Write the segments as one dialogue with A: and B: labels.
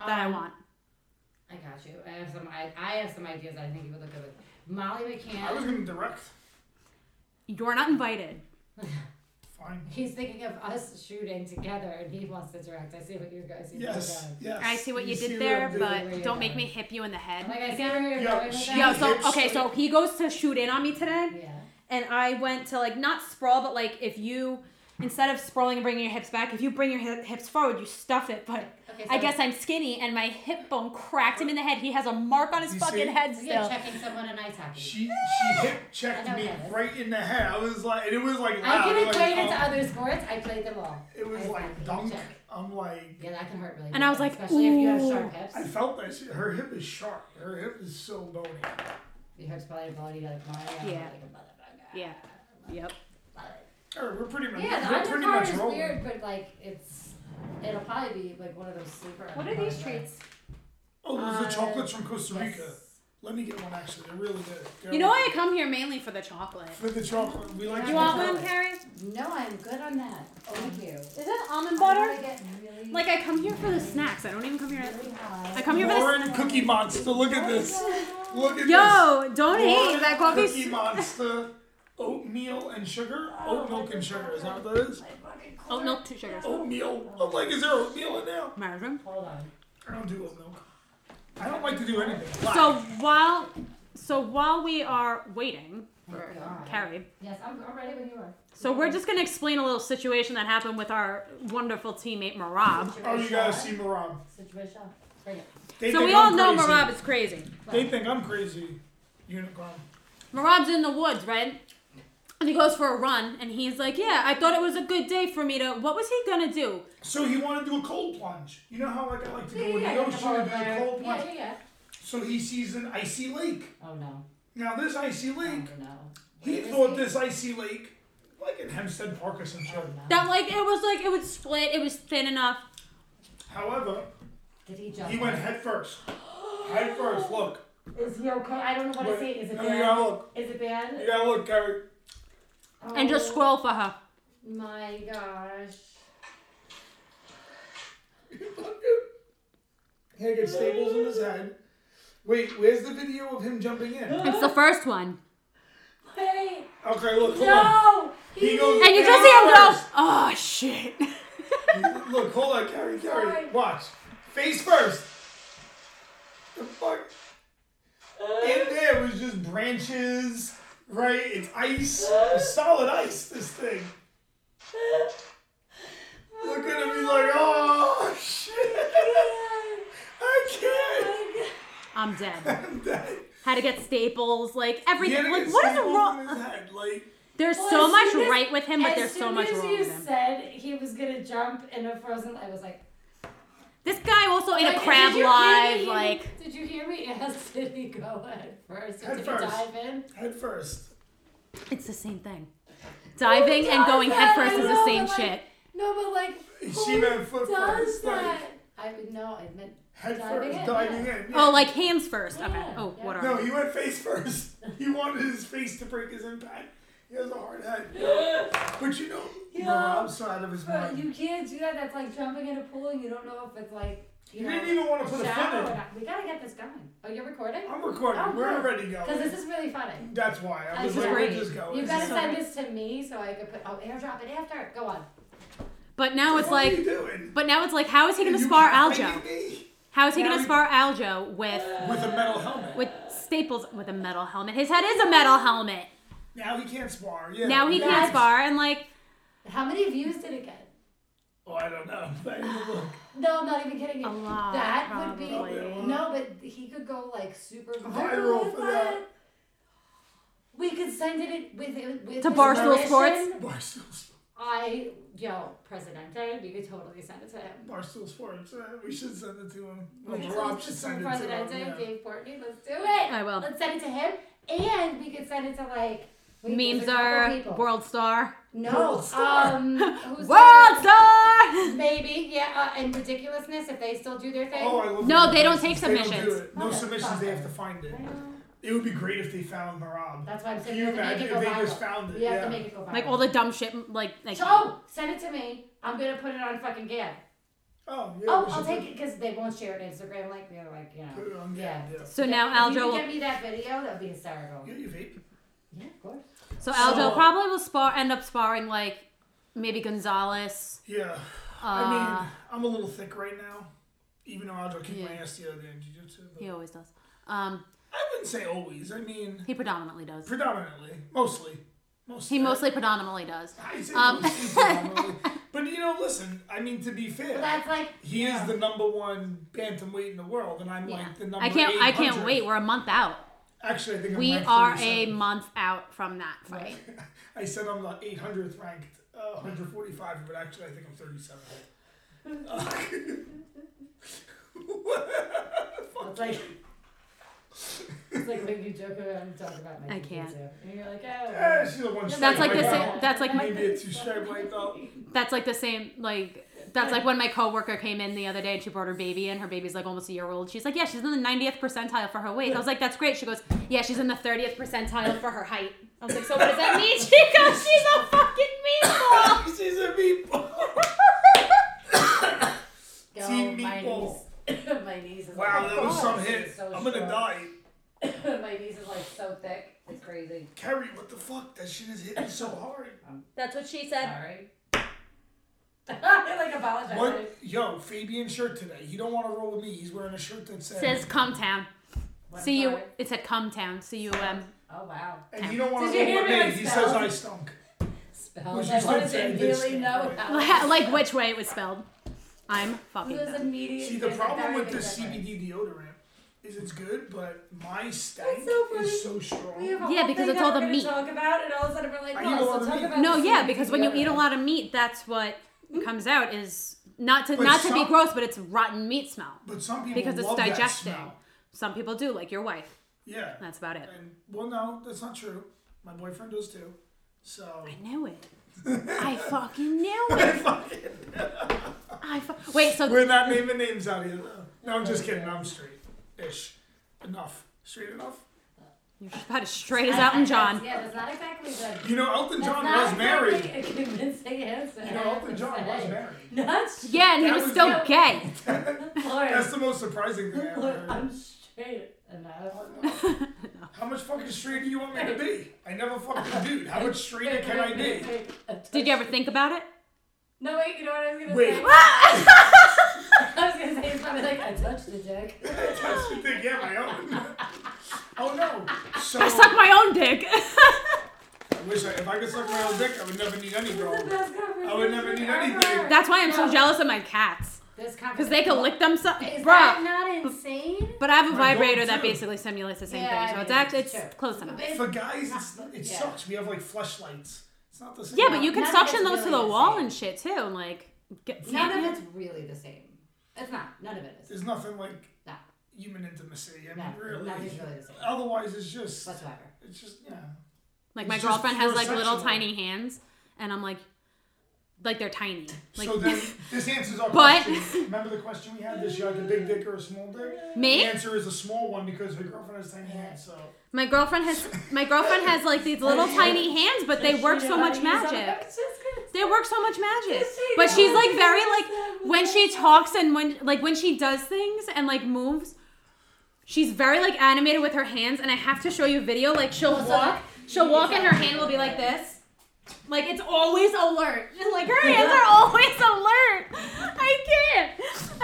A: that I
B: Um,
A: want.
B: I got you. I have some. I, I have some ideas. I think you would look good with Molly
C: I was
B: McCann.
C: gonna direct.
A: You're not invited.
C: Fine.
B: He's thinking of us shooting together, and he wants to direct. I see what you guys. see what you're
C: Yes.
B: doing.
C: Yes.
A: I see what you
C: see
A: did
C: I'm
A: there,
C: doing.
B: where
A: but
B: you're
A: don't make
B: going.
A: me hip you in the head.
B: Like I see where you're
C: Yeah,
B: going with
C: she-
B: that.
A: Yo, so
C: Hips,
A: okay, so
C: like-
A: he goes to shoot in on me today,
B: yeah.
A: and I went to like not sprawl, but like if you instead of sprawling and bringing your hips back, if you bring your hip, hips forward, you stuff it. But
B: Okay. So
A: I guess I'm skinny, and my hip bone cracked him in the head. He has a mark on his
C: You
A: fucking
C: see?
A: head
B: you're
A: still.
B: checking someone in ice hockey.
C: She she hip
B: I know
C: checked me
B: that.
C: right in the head. I was like, and it was like
B: I
C: loud.
B: didn't
C: like,
B: play it into
C: um,
B: other sports. I played them all.
C: It was
B: Ice
C: like
B: hockey,
C: dunk.
B: check.
C: I'm like,
B: Yeah, that can hurt really.
A: And
B: bad,
A: I was like,
B: especially if you have
A: ooh.
B: sharp hips.
C: I felt that shit. her hip is sharp. Her hip is so bony.
B: Your hips probably bloody like mine. I'm
A: Yeah.
B: Like a motherfucker.
A: Yeah. Yep.
C: Alright, we're pretty much
B: Yeah,
C: we're
B: the
C: pretty
B: undercard
C: much
B: is
C: rolling.
B: weird, but like it's it'll probably be like one of those sleeper. undercards, right?
C: Oh, those are
B: Uh,
C: chocolates from Costa Rica.
B: Yes.
C: Let me get one actually. They're really good. They're
A: You know I come here mainly for the chocolate.
C: For the chocolate, we like
B: You
C: the
A: You want one,
C: chocolate.
A: Carrie?
B: No, I'm good on that. Thank you.
A: Is that almond
B: I
A: Um, butter?
B: wanna get really,
A: Like I come here for the snacks. I don't even come here.
B: really high. Oh,
A: I come here for the.
C: Lauren Cookie Monster. Look at this. Look at
A: Yo, don't
C: this.
A: hate that coffee.
C: Cookie Monster. Oatmeal and sugar. Oat milk and sugar. Is that what that is?
A: Oh no, two sugars.
C: Oatmeal. I'm like, is there oatmeal in there?
A: Mushroom.
B: Hold on.
C: I don't do oat milk. I don't like to do anything.
A: So while, so while we are waiting for
B: Oh God.
A: Carrie,
B: Yes, I'm, I'm ready when you are.
A: so we're just gonna explain a little situation that happened with our wonderful teammate Marab.
C: Oh, you guys see Marab.
B: Situation. Bring it.
C: They
A: So
C: think
A: we all
C: I'm
A: know
C: crazy.
A: Marab is crazy.
C: They think I'm crazy. Unicorn.
A: Marab's in the woods, right? And he goes for a run, and he's like, "Yeah, I thought it was a good day for me to. What was he gonna do?
C: So he wanted to do a cold plunge. You know how like I like to
B: Yeah,
C: go in
B: yeah,
C: the
B: yeah,
C: ocean and do a cold
B: yeah,
C: plunge.
B: yeah, yeah.
C: So he sees an icy lake.
B: Oh no.
C: Now this icy
B: Oh
C: lake,
B: no.
C: he
B: Where is
C: thought this icy lake, like in Hempstead Park or some
B: Oh,
C: shit.
B: no.
A: That like it was like it would split. It was thin enough.
C: However,
B: Did he jump?
C: he went head first. Head first. Look.
B: Is he okay? I don't know what to
C: Wait,
B: see. Is it
C: no,
B: bad?
C: you gotta look.
B: Is it bad?
C: You gotta look, Gary.
A: And just
B: Oh,
A: scroll for her.
B: My gosh.
C: He had staples in his head. Wait, where's the video of him jumping in?
A: It's the first one,
B: Wait.
C: Okay, look. Hold on.
B: No.
C: He goes.
A: and you just see him go, "Oh shit."
C: Look, hold on, Carrie, Carrie.
B: Sorry.
C: Watch. Face first. The fuck?
B: Uh.
C: In there was just branches, right? It's ice.
B: Uh.
C: It's solid ice, this thing. Look at him, he's like, oh, shit.
B: Uh.
C: I
A: I'm dead.
C: can't. I'm dead.
A: How to get staples, like
C: He had
A: everything.
C: to
A: Like,
C: get
A: what is
C: staples
A: wrong?
C: in his head, Like,
A: There's
B: Well,
A: so
B: as
A: much
B: soon as-
A: right with him, but
B: as
A: there's so
B: soon
A: much
B: as
A: wrong
B: you
A: with him.
B: said he was gonna jump in a frozen, I was like,
A: This guy also ate
B: like,
A: Oh, a crab
B: did you hear
A: live.
B: me?
A: Like,
B: Did you hear me? Yes, did he go head first? Or
C: Head
B: did
C: first.
B: he dive in?
C: head first.
A: it's the same thing. Diving and
B: does
A: going
B: that? I
A: headfirst is the
B: know,
A: same
B: but, like,
A: shit.
B: No, but like,
C: She meant foot
B: does
C: first. Like,
B: that? I would no. I meant
C: head
B: Diving
C: first,
B: in,
C: diving
B: yeah.
C: in. yeah.
A: Oh, like hands first. Okay.
B: Yeah,
A: Oh,
B: yeah.
A: what
C: No,
A: are?
C: he went face first. He wanted his face to break his impact. He has a hard head. But you know,
B: Yeah.
C: Marab's out of his
B: but
C: mind.
B: you can't do that. That's like jumping in a pool, and you don't know if it's like you,
C: You
B: know,
C: didn't even want to put a
B: shallow
C: foot
B: or
C: in.
B: not. We gotta get this going. Oh, you're recording?
C: I'm recording.
B: Oh,
C: We're
B: good.
C: already
B: Because
C: going.
B: this is really funny.
C: That's why. I
B: I
C: was
B: just
C: like, we're
A: agree.
C: just going.
B: You gotta
C: This is-
B: send this to me so I could put. Oh, airdrop it after. Go on.
A: But now it's
C: what are you
A: like,
C: doing?
A: but now it's like, how is he gonna
C: You
A: spar
C: can't
A: Aljo?
C: make me
A: How is he gonna
C: Now-
A: spar Aljo with
C: With a metal helmet.
A: with staples with a metal helmet? His head is a metal helmet.
C: now he can't spar. Yeah.
A: Now he can't
B: That's-
A: spar, and like,
B: How many views did it get?
C: Oh, I don't know. I didn't look.
B: No, I'm not even kidding you.
A: A lot,
B: that would
A: probably.
B: be no, but he could go like super
C: Viral
B: viral with
C: for that.
B: We could send it in- with with
A: To
B: his
A: Barstool
B: permission.
A: Sports?
C: Barstool, Sp-
B: I yo Presidente, we could totally send it to him.
C: Barstool Sports. Uh, we should send it to him. Well,
B: Let's
C: Oh, Rob
B: just
C: should
B: send
C: send it to him.
B: Presidente,
C: yeah.
B: Dave Portney, let's do it.
A: I will.
B: Let's send it to him, and we could send it to like wait, there's
A: memes
B: a couple
A: are
B: people.
A: world star.
B: no
C: World star.
B: um who's
A: World star.
B: maybe yeah uh, and ridiculousness if they still do their thing.
C: Oh, I love
A: No,
C: it.
A: they don't take
C: They don't do
A: submissions.
C: it. No submissions. They have to find it.
B: I know.
C: It would be great if they found Marab.
B: That's why I'm
C: Can
B: saying
C: you
B: we have to make
C: imagine
B: it go
C: if they
B: viral.
C: just found it?
B: We have
C: yeah.
B: to make it go viral. oh,
A: Like all the dumb shit, like like
B: So send it to me. I'm gonna put it on fucking Gab.
C: Oh, yeah.
B: Oh,
C: we
B: I'll
C: should
B: take it because they won't share it on Instagram like they're like, you
C: Put
B: know.
C: it on
B: Yeah.
C: yeah. yeah.
A: So now
B: If you
A: Aljo
B: could
A: will.
B: get me that video, that'd be hysterical.
C: You, you vape?
B: Yeah, of course.
A: So Aljo
C: So-
A: probably will spar end up sparring like maybe Gonzalez.
C: Yeah.
A: Uh,
C: I mean, I'm a little thick right now. Even though Aljo kicked my
A: Yeah.
C: ass the other day in jiu-jitsu. but-
A: he always does. Um,
C: I wouldn't say always. I mean,
A: he predominantly does.
C: predominantly. Mostly. Mostly.
A: He mostly predominantly does.
C: I say
A: um,
C: mostly predominantly. But, you know, listen, I mean, to be fair.
B: But that's like
C: He is the number one bantamweight in the world, and I'm
A: Yeah.
C: like the number.
A: I can't. I can't
C: 800.
A: wait. We're a month out.
C: Actually, I think I'm
A: We
C: ranked
A: are a
C: 37th.
A: month out from that fight.
C: I said I'm the 800th ranked, uh, 145, but actually I think I'm Uh, 37.
B: it's like it's like when you joke about and talk about my
A: I
B: jujitsu.
A: can't.
B: And you're like, oh
C: Eh, she's a one.
A: That's like
C: the
A: the
B: Right
A: same.
B: now.
A: That's like my,
C: Maybe a two stripe white belt.
A: that's like the same. Like that's like when my coworker came in the other day and she brought her baby in. Her baby's like almost a year old. She's like, yeah, she's in the 90th percentile for her weight. I was like, that's great. She goes, yeah, she's in the 30th percentile for her height. I was like, so what does that mean? She goes, she's a fucking meatball.
C: she's a meatball.
B: Yo,
C: Team
B: my
C: meatball.
B: niece- my niece is
C: Wow,
B: like,
C: that was some
B: "Oh,
C: hit.
B: she's so
C: I'm gonna
B: short."
C: die.
B: my niece is like so thick. It's crazy.
C: Carrie, what the fuck? That shit is hitting so hard.
A: That's what she said.
B: Sorry. I like apologize.
C: What? Yo, Fabian shirt today. He don't want to roll with me. He's wearing a shirt that says.
A: Says come town.
B: What,
A: See you.
B: sorry?
A: It said come town. See you. Um.
B: Oh wow.
C: and he don't want
B: Did
C: to
B: you
C: roll
B: hear me
C: with me.
B: like
C: He
B: spell?
C: says I stunk.
B: Spell.
C: Which
B: I
C: is
B: wanted
C: insane.
B: to really know how.
A: like which way it was spelled. I'm fucking.
B: It was
A: done.
B: immediate.
C: See, the
B: it's
C: problem
B: very
C: with this
B: different.
C: CBD deodorant is it's good, but my stank
B: so funny.
C: is so
B: We have
C: strong.
B: a
A: Yeah,
B: whole
A: because
B: thing
A: it's
B: that
A: all
B: we're
A: the
B: gonna
A: meat.
B: Talk about and all of a sudden we're like,
C: I
B: oh,
C: eat a
B: so
C: lot of
B: talk
C: meat.
B: about
A: No,
B: the
A: yeah,
B: CBD
A: because when you eat a
B: deodorant.
A: lot of meat, that's what comes out is not to
C: But
A: not to be
C: some-
A: gross, but it's rotten meat smell
C: But some people
A: because it's
C: love that
A: digesting.
C: smell.
A: Some people do, like your wife.
C: Yeah.
A: That's about it.
C: And well, no, that's not true. My boyfriend does too. So
A: I knew it. I fucking knew it. I fu- wait. So
C: we're not naming names out here. though. No, I'm just kidding. I'm straight-ish. Enough. Straight enough.
A: you're about as straight as Elton John.
B: Yeah, that's not exactly the.
C: You know, Elton
B: that's
C: John
B: not
C: was
B: exactly
C: married.
B: A convincing answer.
C: You know, Elton John was
B: Hey.
C: married.
B: Nuts.
A: Yeah, and he
C: That
A: was
C: was
A: still
B: you.
A: gay.
C: That's
B: Lord,
C: the most surprising thing I ever
B: Lord,
C: heard.
B: I'm straight enough.
C: How much fucking straight do you want me to be? I never fucking dude. How much straighter can I be?
A: Did you ever think about it?
B: No, wait, you know what I was gonna
C: Wait.
B: say? I was gonna say, it's probably like, I touched the dick.
C: That's the thing, yeah, my own. Oh no. So
A: I sucked my own dick.
C: I wish I, if I could suck my own dick, I would never need any girl.
B: This is the best conversation
C: I would never need
B: ever.
C: anything.
A: That's why I'm so
B: No.
A: jealous of my cats
B: This
A: because they can lick themselves,
B: Is
A: bruh.
B: that not insane?
A: But I have a
C: My dog,
A: vibrator that
C: too.
A: basically simulates the same
B: Yeah,
A: thing, so
B: I
A: it's
B: mean,
A: actually it's
B: sure.
A: close enough.
B: But-
C: For guys, it's, not- it
B: Yeah.
C: sucks. We have like fleshlights. It's not the same.
A: Yeah, but you can
B: None of
A: suction
B: it's
A: those to
B: really
A: the
B: the
A: wall
B: same.
A: and shit too, and like. Get,
B: None of it's really the same. It's not. None of it is.
C: There's nothing like
B: No.
C: human intimacy. I mean,
B: No,
C: really.
B: nothing's really the same.
C: Otherwise, it's just.
B: Whatsoever.
C: It's just yeah.
A: like my
C: it's just
A: girlfriend has
C: pure
A: like little
C: sexual.
A: tiny hands, and I'm like, like they're tiny. Like
C: so then, this answers our
A: But-
C: question. Remember the question we had? Does she like a big dick or a small dick? The
A: me,
C: answer is a small one because her girlfriend has tiny hands. So
A: my girlfriend has my girlfriend has like these little tiny hands, but they work
B: You
A: so
B: know,
A: much
B: I was
A: magic.
B: just gonna-
A: They work so much magic.
B: Yes, they
A: But
B: do.
A: she's like very like
B: Yes, they
A: when she talks and when like when she does things and like moves, she's very like animated with her hands and I have to show you a video like she'll
B: so
A: walk, she'll walk and her hand will be like this. Like it's always alert. Like her hands are always alert. I can't.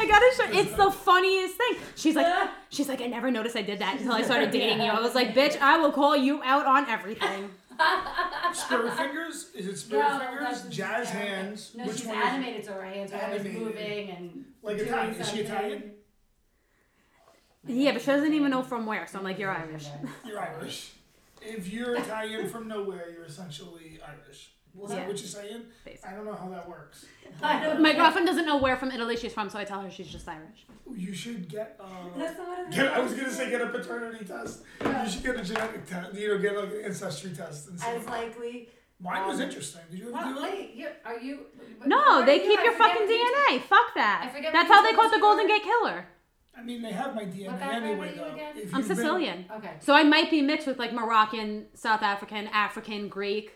A: I gotta show. It's the funniest thing. She's like, she's like, I never noticed I did that until I started dating you. I was like, bitch, I will call you out on everything.
C: spirit fingers? Is it spirit
B: No,
C: fingers?
B: that's just
C: Jazz
B: terrible.
C: hands?
B: No,
C: Which
B: she's
C: one? is-
B: animated, so her hands are always
C: Animated.
B: moving and.
C: Like
B: doing
C: Italian. Is she
B: something.
C: Italian?
A: Yeah, but she doesn't even know from where. So I'm like, you're Irish.
C: You're Irish. If you're Italian from nowhere, you're essentially Irish. Is
A: Yeah.
C: that what you're saying? I don't know how that works.
B: I don't
A: My girlfriend doesn't know where from Italy she's from, so I tell her she's just Irish.
C: You should get. Uh,
B: That's the one.
C: get I was gonna say get a paternity test. You should get a genetic test. You know, get like an ancestry test and see.
B: As likely.
C: Mine was
B: um,
C: interesting. Did you ever
B: Well,
C: do that?
B: wait, you- are you?
A: No,
B: where
A: they
B: are you?
A: keep
B: I
A: your
B: forget
A: fucking
B: what you-
A: DNA. Fuck that.
B: I forget
A: That's
B: what
A: how
B: you
A: they caught the
B: told
A: Golden
B: me.
A: Gate Killer.
C: I mean, they have my DNA
B: background
C: anyway,
B: are you
C: though.
B: again?
C: If
A: I'm
C: you've been-
A: Sicilian.
B: Okay.
A: So I might be mixed with like Moroccan, South African, African, Greek.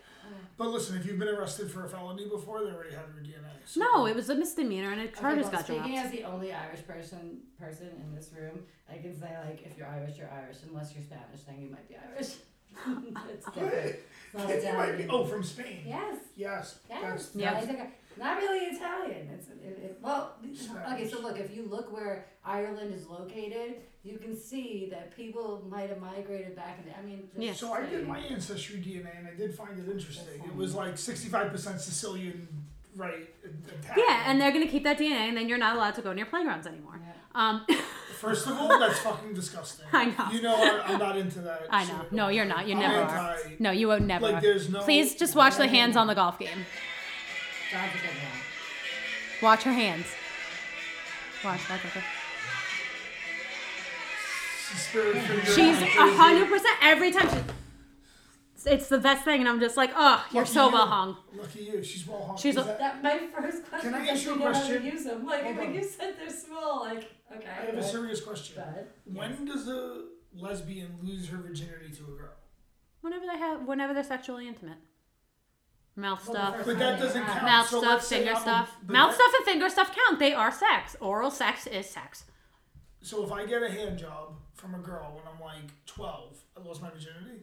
C: But listen, if you've been arrested for a felony before, they already have your DNA. So
A: No, it was a misdemeanor and a
B: Okay,
A: charges
B: well,
A: got dropped.
B: Speaking as the only Irish person person in this room, I can say like if you're Irish, you're Irish. Unless you're Spanish, then you might be Irish. it's different. It's not
C: You might be-
B: Italian.
C: oh, from Spain.
B: Yes.
C: Yes.
B: Yes.
C: That's,
A: Yeah.
B: Like, like, Not really Italian. It's it, it, well, okay. So look, if you look where Ireland is located, you can see that people might have migrated back. In, I mean, just
A: Yeah.
C: So I did
B: saying.
C: my ancestry DNA, and I did find it interesting. It was like 65% Sicilian, right? Italian.
A: Yeah, and they're gonna keep that DNA, and then you're not allowed to go near playgrounds anymore.
B: Yeah.
A: Um,
C: First of all, that's fucking disgusting.
A: I know.
C: You know, I- I'm not into that.
A: I know.
C: shit.
A: No, you're not. You
C: I'm
A: never are.
C: anti-
A: No, you would never.
C: Like,
A: are.
C: there's no-
A: Please just watch the hands on the golf game.
B: John's a good one.
A: Watch her hands. Watch. Watch. watch, watch.
C: Spirit figure.
A: She's
C: I'm
A: a
C: crazy.
A: hundred percent every time. She, it's the best thing, and I'm just like, oh, you're
C: Lucky
A: so
C: you.
A: well hung.
C: Lucky you. She's well hung.
A: She's
C: Is
A: a-
C: that-
B: That my first question.
C: Can I
B: was
C: ask you a
B: know how to
C: question?
B: Use them. Like
C: Hold
B: when
C: on.
B: you said they're small, like okay.
C: I have a
B: but-
C: serious question.
B: but-
C: When does a lesbian lose her virginity to a girl?
A: Whenever they have, whenever they're sexually intimate, mouth
B: Well, the
A: stuff,
B: first
C: But that doesn't count.
A: mouth
C: So
A: stuff,
C: let's say
A: finger
C: I'm a-
A: stuff,
C: but
A: mouth
C: that-
A: stuff and finger stuff count. They are sex. Oral sex is sex.
C: So if I get a hand job from a girl when I'm like 12, I lost my virginity?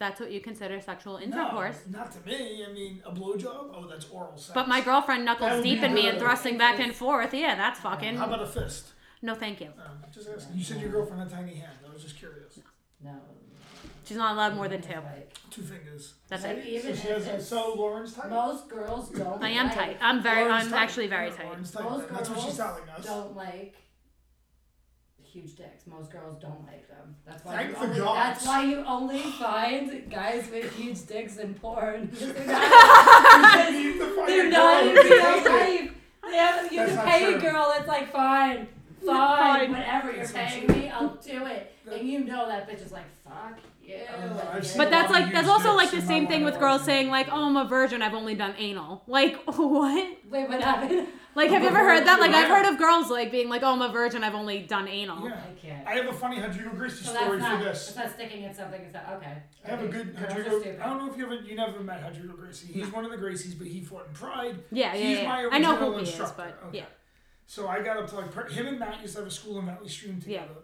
A: That's what you consider sexual intercourse.
C: No, not to me. I mean, a blowjob? Oh, that's oral sex.
A: But my girlfriend
C: That
A: knuckles
C: would
A: deep
C: be
A: in me and
C: good.
A: thrusting back and forth. Yeah, that's fucking.
C: How about a fist?
A: No, thank you.
C: Um, just asking. You said your girlfriend had tiny hands. I was just curious.
B: No.
A: She's not allowed more than two.
B: Like,
C: Two fingers.
A: That's
B: like,
A: it.
B: Even
C: So she
B: if
C: has a,
B: it's-
C: so Lauren's tight.
B: most girls don't.
A: I am
B: like-
A: tight. I'm very.
C: Lauren's
A: I'm
C: tight.
A: actually very
C: Yeah,
A: tight.
C: Lauren's tight.
B: Most
C: then. That's what
B: girls
C: she's telling us.
B: don't like huge dicks. Most girls don't like them. That's why
C: Thank
B: you
C: the
B: only,
C: gods.
B: that's why you only find guys with huge dicks in porn. They're not,
C: Leave the fucking
B: they're not
C: girl.
B: even real life. They have, you
C: That's
B: can
C: not
B: pay
C: true.
B: a girl that's like fine,
A: Fine.
B: fine, whatever you're
C: That's not
B: paying
C: true.
B: me, I'll do it. And you know that bitch is like fuck you.
C: don't know, I've seen
A: But
C: Yeah.
A: that's like that's
C: Huge
A: also
C: dicks
A: like the
C: in my
A: same thing
C: mind
A: with girls
C: always.
A: saying like, "Oh, I'm a virgin. I've only done anal." Like what?
B: wait, what happened?
A: Like have you ever heard that? Like I've
C: Yeah.
A: heard of girls like being like, "Oh, I'm a virgin. I've only done anal."
C: Yeah.
B: I can't.
C: I have a funny Rodrigo Gracie
B: So
C: story
B: that's not,
C: for
B: it's
C: this.
B: not sticking at something. It's not, okay.
C: I have a good
B: Girls are
C: Rodrigo.
B: stupid.
C: I don't know if you ever you never met Rodrigo Gracie. He's one of the Gracies, but he fought in Pride.
A: Yeah, yeah,
C: He's
A: yeah.
C: my
A: I know
C: original
A: who he is,
C: instructor.
A: but
C: Okay.
A: yeah.
C: So I got up to like Pur- him and Matt used to have a school in Valley Stream
A: Yeah.
C: together,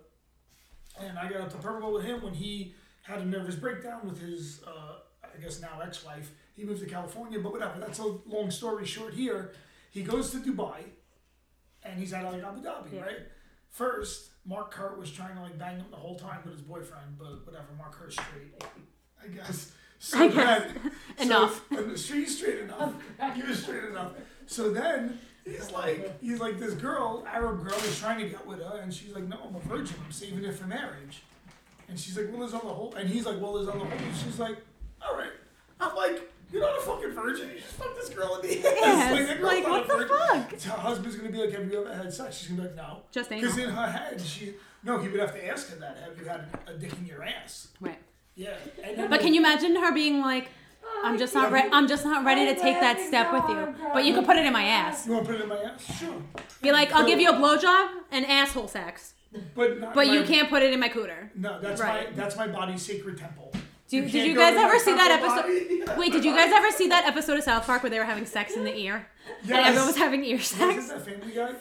C: and I got up to Purple Bowl with him when he had a nervous breakdown with his, uh, I guess now ex-wife. He moved to California, but whatever. That's a long story short. Here, he goes to Dubai, and he's at like Abu Dhabi,
A: Yeah.
C: right? First, Mark Kurt was trying to like bang him the whole time with his boyfriend, but whatever. Mark Kurt's straight, I guess. So
A: I guess.
C: then- so-
A: Enough.
C: and she's straight enough. He was straight enough. So then he's like, he's like, this girl, Arab girl, is trying to get with her, and she's like, no, I'm a virgin. I'm saving it for marriage. And she's like, well, there's other hope. And he's like, well, there's other hope. And she's like, all right. I'm like, you're not a fucking virgin. You just fucked this girl in the ass.
A: Yes,
C: that girl's
A: like,
C: not
A: what
C: a
A: the
C: virgin.
A: fuck?
C: So her husband's gonna be like, have you ever had sex? She's gonna be like, no.
A: Just anal.
C: Because in her head, she no, he would have to ask her that. Have you had a dick in your ass?
A: Right.
C: Yeah. And then
A: But can you imagine her being like,
C: Oh,
A: "I'm just not re- I'm just not ready to take that step with you, but you can put it in my ass."
C: you want to put it in my ass? Sure.
A: Be like, "I'll give you a blowjob and asshole sex,
C: But not
A: but
C: my-
A: you can't put it in my cooter."
C: No, that's
A: Right.
C: my that's my body's sacred temple.
A: Do,
C: You
A: did
C: can't
A: you
C: go
A: guys
C: to my
A: ever see that
C: temple
A: episode?
C: body.
A: Wait, did you guys ever see that episode of South Park where they were having sex in the ear and
C: Yes.
A: everyone was having ear sex?
C: Is that Family Guy?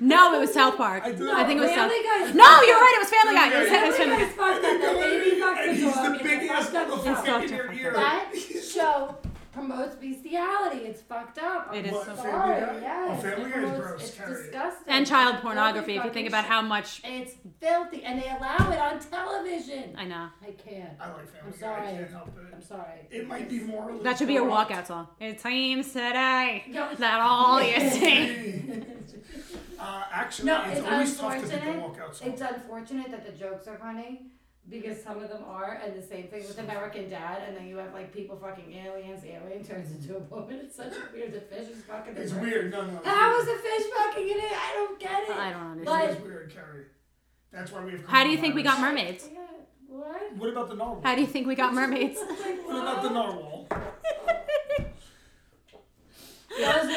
A: No, it was South Park.
C: I
A: I,
C: do
A: think it was South.
B: Family Guy's-
A: No, you're right. It was Family Guy. It was, it was
B: Family
A: Family
B: Guy's
A: Guy.
B: fucked up that baby, fucked
C: and
B: the
C: he's
B: dog,
C: the
B: and
C: big
B: it
C: ass
B: fucked up the
C: motherfucker
A: fucked
C: in your
A: up.
C: ear.
B: That show promotes bestiality. It's fucked up. I'm
A: It is
C: What,
A: so-
B: sorry.
C: Family Guy?
B: Yes.
C: Oh, Family
B: it
C: Guy is
B: promotes-
C: gross.
B: It's
C: Carry it.
B: disgusting.
A: And child
B: It's
A: pornography. If you
B: filthy fucking
A: think about
B: shit.
A: how much,
B: It's filthy, and they allow it on television.
A: I know
B: I can't.
C: I like Family
B: I'm
C: Guy. I
B: sorry.
C: can't help
B: I'm
C: it.
B: sorry.
C: It might be more.
A: that should be your walkout song. It seems today
B: No,
A: that all you see.
C: Uh, actually,
B: No,
C: it's,
B: it's
C: always tough to pick a
B: unfortunate.
C: walkout song.
B: It's unfortunate that the jokes are funny because some of them are, and the same thing with American Dad, and then you have like people fucking aliens. The alien turns into a woman. It's such a weird. The fish is fucking. the
C: It's
B: bird.
C: weird. No, no. it's
B: How
C: weird.
B: is the fish fucking in it? I don't get it.
A: I don't understand.
B: But
C: It's weird, Carrie. That's why we have.
A: How do you think we got
C: coronavirus.
A: mermaids?
B: Yeah, what?
C: What about the narwhal?
A: How do you think we got mermaids?
C: what about the narwhal?
B: Those are-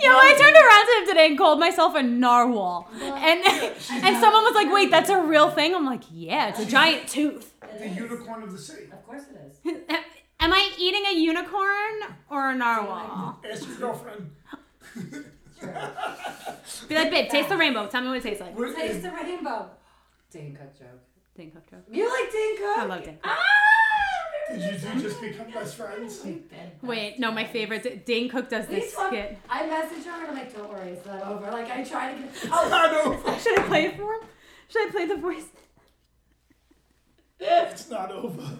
A: Yo, I turned around to him today and called myself a narwhal, and and someone was like, "Wait, that's a real thing." I'm like, "Yeah, it's a giant tooth."
B: It
C: The
B: is.
C: unicorn of the sea.
B: Of course it is.
A: Am I eating a unicorn or a narwhal?
C: Ask your girlfriend.
A: Be like, babe, taste the rainbow. Tell me what it tastes like.
C: What is-
B: Taste the rainbow. Dane Cook joke.
A: Dane Cook joke.
B: You like Dane Cook?
A: I love Dane Cook.
B: Ah!
C: did you two just become best friends?
B: We've been
A: Wait,
B: best
A: no, my
B: friends.
A: favorite. Dane Cook does
B: We
A: this
B: talk-
A: skit.
B: I messaged her and I'm like, don't worry, it's not over. Like, I tried to get. Oh,
C: I know.
A: Should I play it for him? Should I play the voice?
C: It's not over.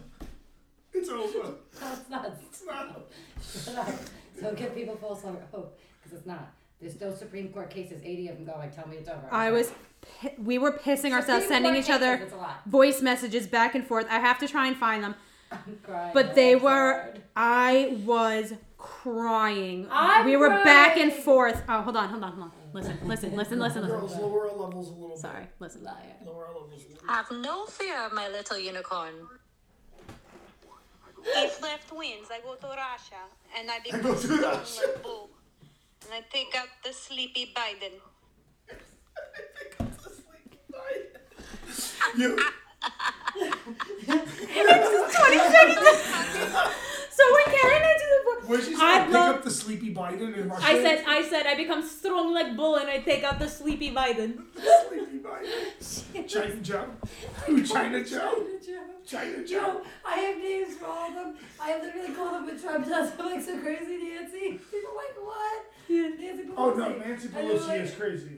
C: It's over.
B: that's not.
C: It's not over.
B: Shut up. Don't give people false hope, because it's not. There's still Supreme Court cases, 80 of them going, tell me it's over.
A: I was, pi- we were pissing ourselves,
B: Supreme
A: sending
B: Court
A: each other
B: cases, It's a lot.
A: voice messages back and forth. I have to try and find them.
B: I'm crying.
A: But they
B: I'm so
A: were.
B: hard.
A: I was crying.
B: I'm
A: we were back and
B: crying.
A: forth. Oh, hold on, hold on, hold on. Listen, listen, listen, listen,
C: Girls,
A: listen.
C: lower our levels a little
A: Sorry, listen.
B: Liar.
C: bit. Lower our levels a little bit.
D: Have no fear, my little unicorn.
E: If left wins, I go to Russia and I become
C: go to
E: strong
C: Russia.
E: like bull. And I take out the sleepy Biden.
C: You,
A: So when Karen I do the voice,
C: where she's
A: I
C: gonna pick
A: love-
C: up the sleepy Biden and watch
A: I
C: it?
A: said, I said, I become strong like bull and I take out the sleepy Biden.
C: Sleepy Biden. China Joe. Who China
B: China
C: Joe?
B: Joe.
C: China Joe.
B: Yo, I have names for all of them. I literally call them what Trump does. I'm like, so crazy, Nancy. People are like, what? Nancy Pelosi.
C: Oh no, Nancy
B: And they're
C: Pelosi
B: like,
C: is crazy.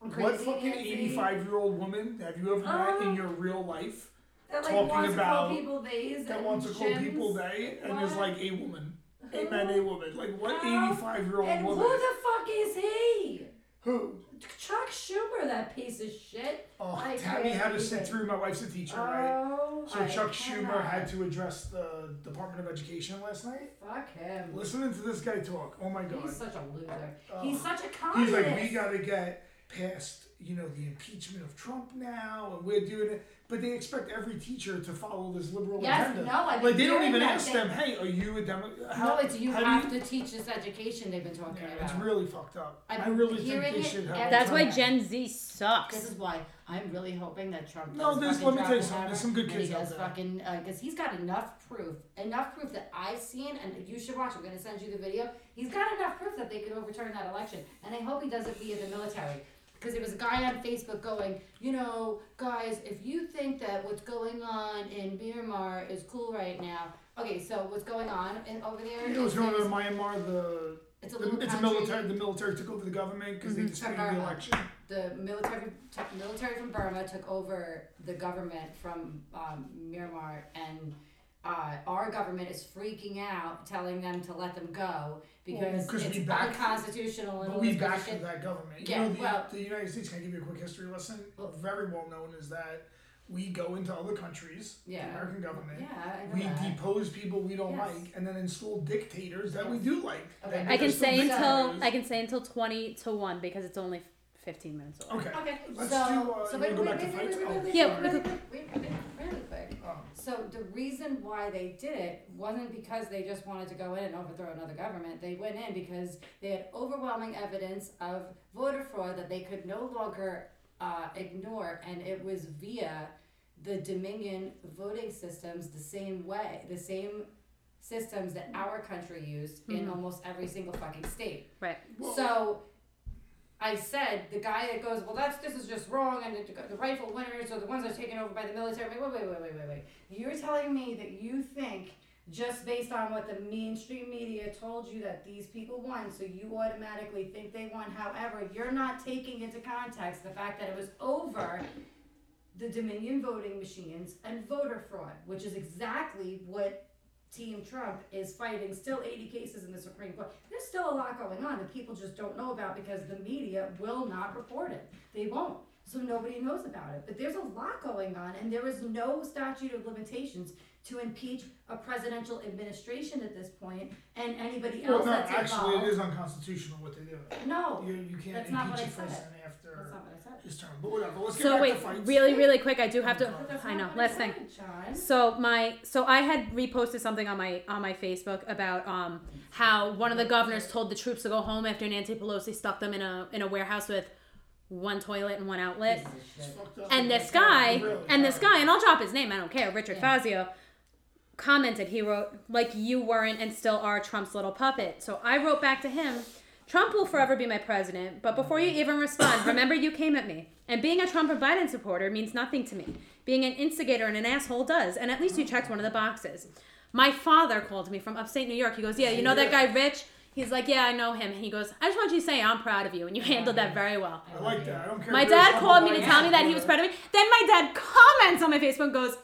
B: Crazy
C: what fucking
B: Nancy.
C: eighty-five-year-old woman have you ever met
A: Um,
C: in your real life
B: That like
C: talking
B: wants to
C: about-
B: call people these.
C: that
B: and
C: wants to call people
B: gyms.
C: they and is
B: What?
C: like a woman, a man, a woman? Like what
B: How?
C: eighty-five-year-old
B: And who
C: woman?
B: the fuck is he?
C: Who?
B: Chuck Schumer, that piece of shit.
C: Oh,
B: I
C: Tabby
B: can't
C: had to
B: even.
C: sit through. My wife's a teacher, right?
B: Oh,
C: So
B: I
C: Chuck Schumer
B: cannot.
C: had to address the Department of Education last night.
B: Fuck him.
C: Listening to this guy talk, oh my god.
B: He's such a loser.
C: Oh.
B: He's such a
C: He's
B: communist.
C: like, we gotta get past, you know, the impeachment of Trump now, and we're doing it. But they expect every teacher to follow this liberal
B: Yes,
C: agenda.
B: no, I've
C: like they
B: been
C: don't
B: hearing
C: even
B: that
C: ask
B: they-
C: them, hey, are you a Democrat?
B: no, it's you have to teach this education they've been talking about.
C: it's really fucked up. I,
B: I've
C: really
B: been
C: think
B: hearing
C: they
B: it
C: should have.
B: every-
A: That's why
C: Trump.
A: Gen Z
B: This
A: sucks.
B: is why I'm really hoping that Trump.
C: No,
B: does
C: there's-
B: fucking
C: let me
B: drop
C: tell you
B: the
C: something,
B: hammer
C: there's some good
B: and he
C: kids out
B: does
C: there.
B: fucking because he's got enough proof, enough proof that I've seen, and you should watch. I'm gonna send you the video. He's got enough proof that they could overturn that election, and I hope he does it via the military. Because there was a guy on Facebook going, you know, guys, if you think that what's going on in Myanmar is cool right now, okay, so what's going on in, over there?
C: You know what's
B: is
C: going on in
B: there's-
C: Myanmar? The,
B: It's a
C: the-
B: little
C: it's a
B: country. Mm-hmm.
C: military. The military took over the government because they disputed
B: Burma.
C: the election.
B: the military took, military from Burma took over the government from um, Myanmar, and uh, our government is freaking out, telling them to let them go because
C: 'cause
B: it's
C: we back-
B: unconstitutional and all
C: But we
B: this
C: backed
B: bullshit.
C: that government.
B: Yeah,
C: you know, the,
B: well-
C: the United States, can I give you a quick history lesson? Very well known is that we go into other countries,
B: Yeah.
C: the American government,
B: Yeah, I know
C: we
B: that.
C: depose people we don't
B: Yes.
C: like, and then install dictators that we do like.
B: Okay.
C: that
A: I
C: make
A: can
C: us feel
A: say
B: So-
A: until
C: dictators.
A: I can say until twenty to one because it's only fifteen minutes. Away.
C: Okay.
B: Okay,
C: Let's
B: so,
C: do, uh,
B: so
C: you
B: wait,
C: wanna
B: wait,
C: go back to
B: wait, wait,
C: fights?
B: wait,
C: Oh.
B: wait, wait,
A: Yeah,
B: wait,
A: we
B: wait, wait, wait, really quick.
C: Oh.
B: So the reason why they did it wasn't because they just wanted to go in and overthrow another government. They went in because they had overwhelming evidence of voter fraud that they could no longer uh, ignore, and it was via the Dominion voting systems, the same way, the same systems that our country used in almost every single fucking state.
A: Right.
B: So I said the guy that goes, well, that's this is just wrong, and the, the rightful winners are the ones that are taken over by the military. Wait, wait, wait, wait, wait, wait. You're telling me that you think just based on what the mainstream media told you that these people won, so you automatically think they won. However, you're not taking into context the fact that it was over the Dominion voting machines and voter fraud, which is exactly what Team Trump is fighting. Still 80 cases in the Supreme Court. There's still a lot going on that people just don't know about because the media will not report it. They won't. So nobody knows about it. But there's a lot going on, and there is no statute of limitations to impeach a presidential administration at this point and anybody
C: Well,
B: else
C: no,
B: that's
C: actually,
B: involved.
C: it is unconstitutional what they do.
B: no,
C: You, you can't
B: That's not what
C: impeach
B: I said.
C: a president
B: that's
C: after
B: not what I said.
C: his term. But whatever. Let's get
A: So
C: back
A: wait,
C: to fights.
A: really, really quick. I do have to.
B: But that's
A: I
B: not
A: know.
B: what
A: Last thing.
B: said, John.
A: So my so I had reposted something on my on my Facebook about um how one of the governors told the troops to go home after Nancy Pelosi stuck them in a in a warehouse with one toilet and one outlet.
C: It's fucked up.
A: And this guy
C: Really
A: and this
C: bad.
A: guy and I'll drop his name, I don't care, Richard Fazio commented, he wrote, like you weren't and still are Trump's little puppet. So I wrote back to him, Trump will forever be my president, but before you even respond, remember you came at me. And being a Trump or Biden supporter means nothing to me. Being an instigator and an asshole does, and at least you checked one of the boxes. My father called me from upstate New York. He goes, Yeah, you know that guy Rich? He's like, Yeah, I know him. He goes, I just want you to say I'm proud of you, and you handled that very well.
C: I like that. I don't care.
A: My
C: if there's
A: dad called me to
C: something
A: tell me that he was proud of me. Then my dad comments on my Facebook and goes,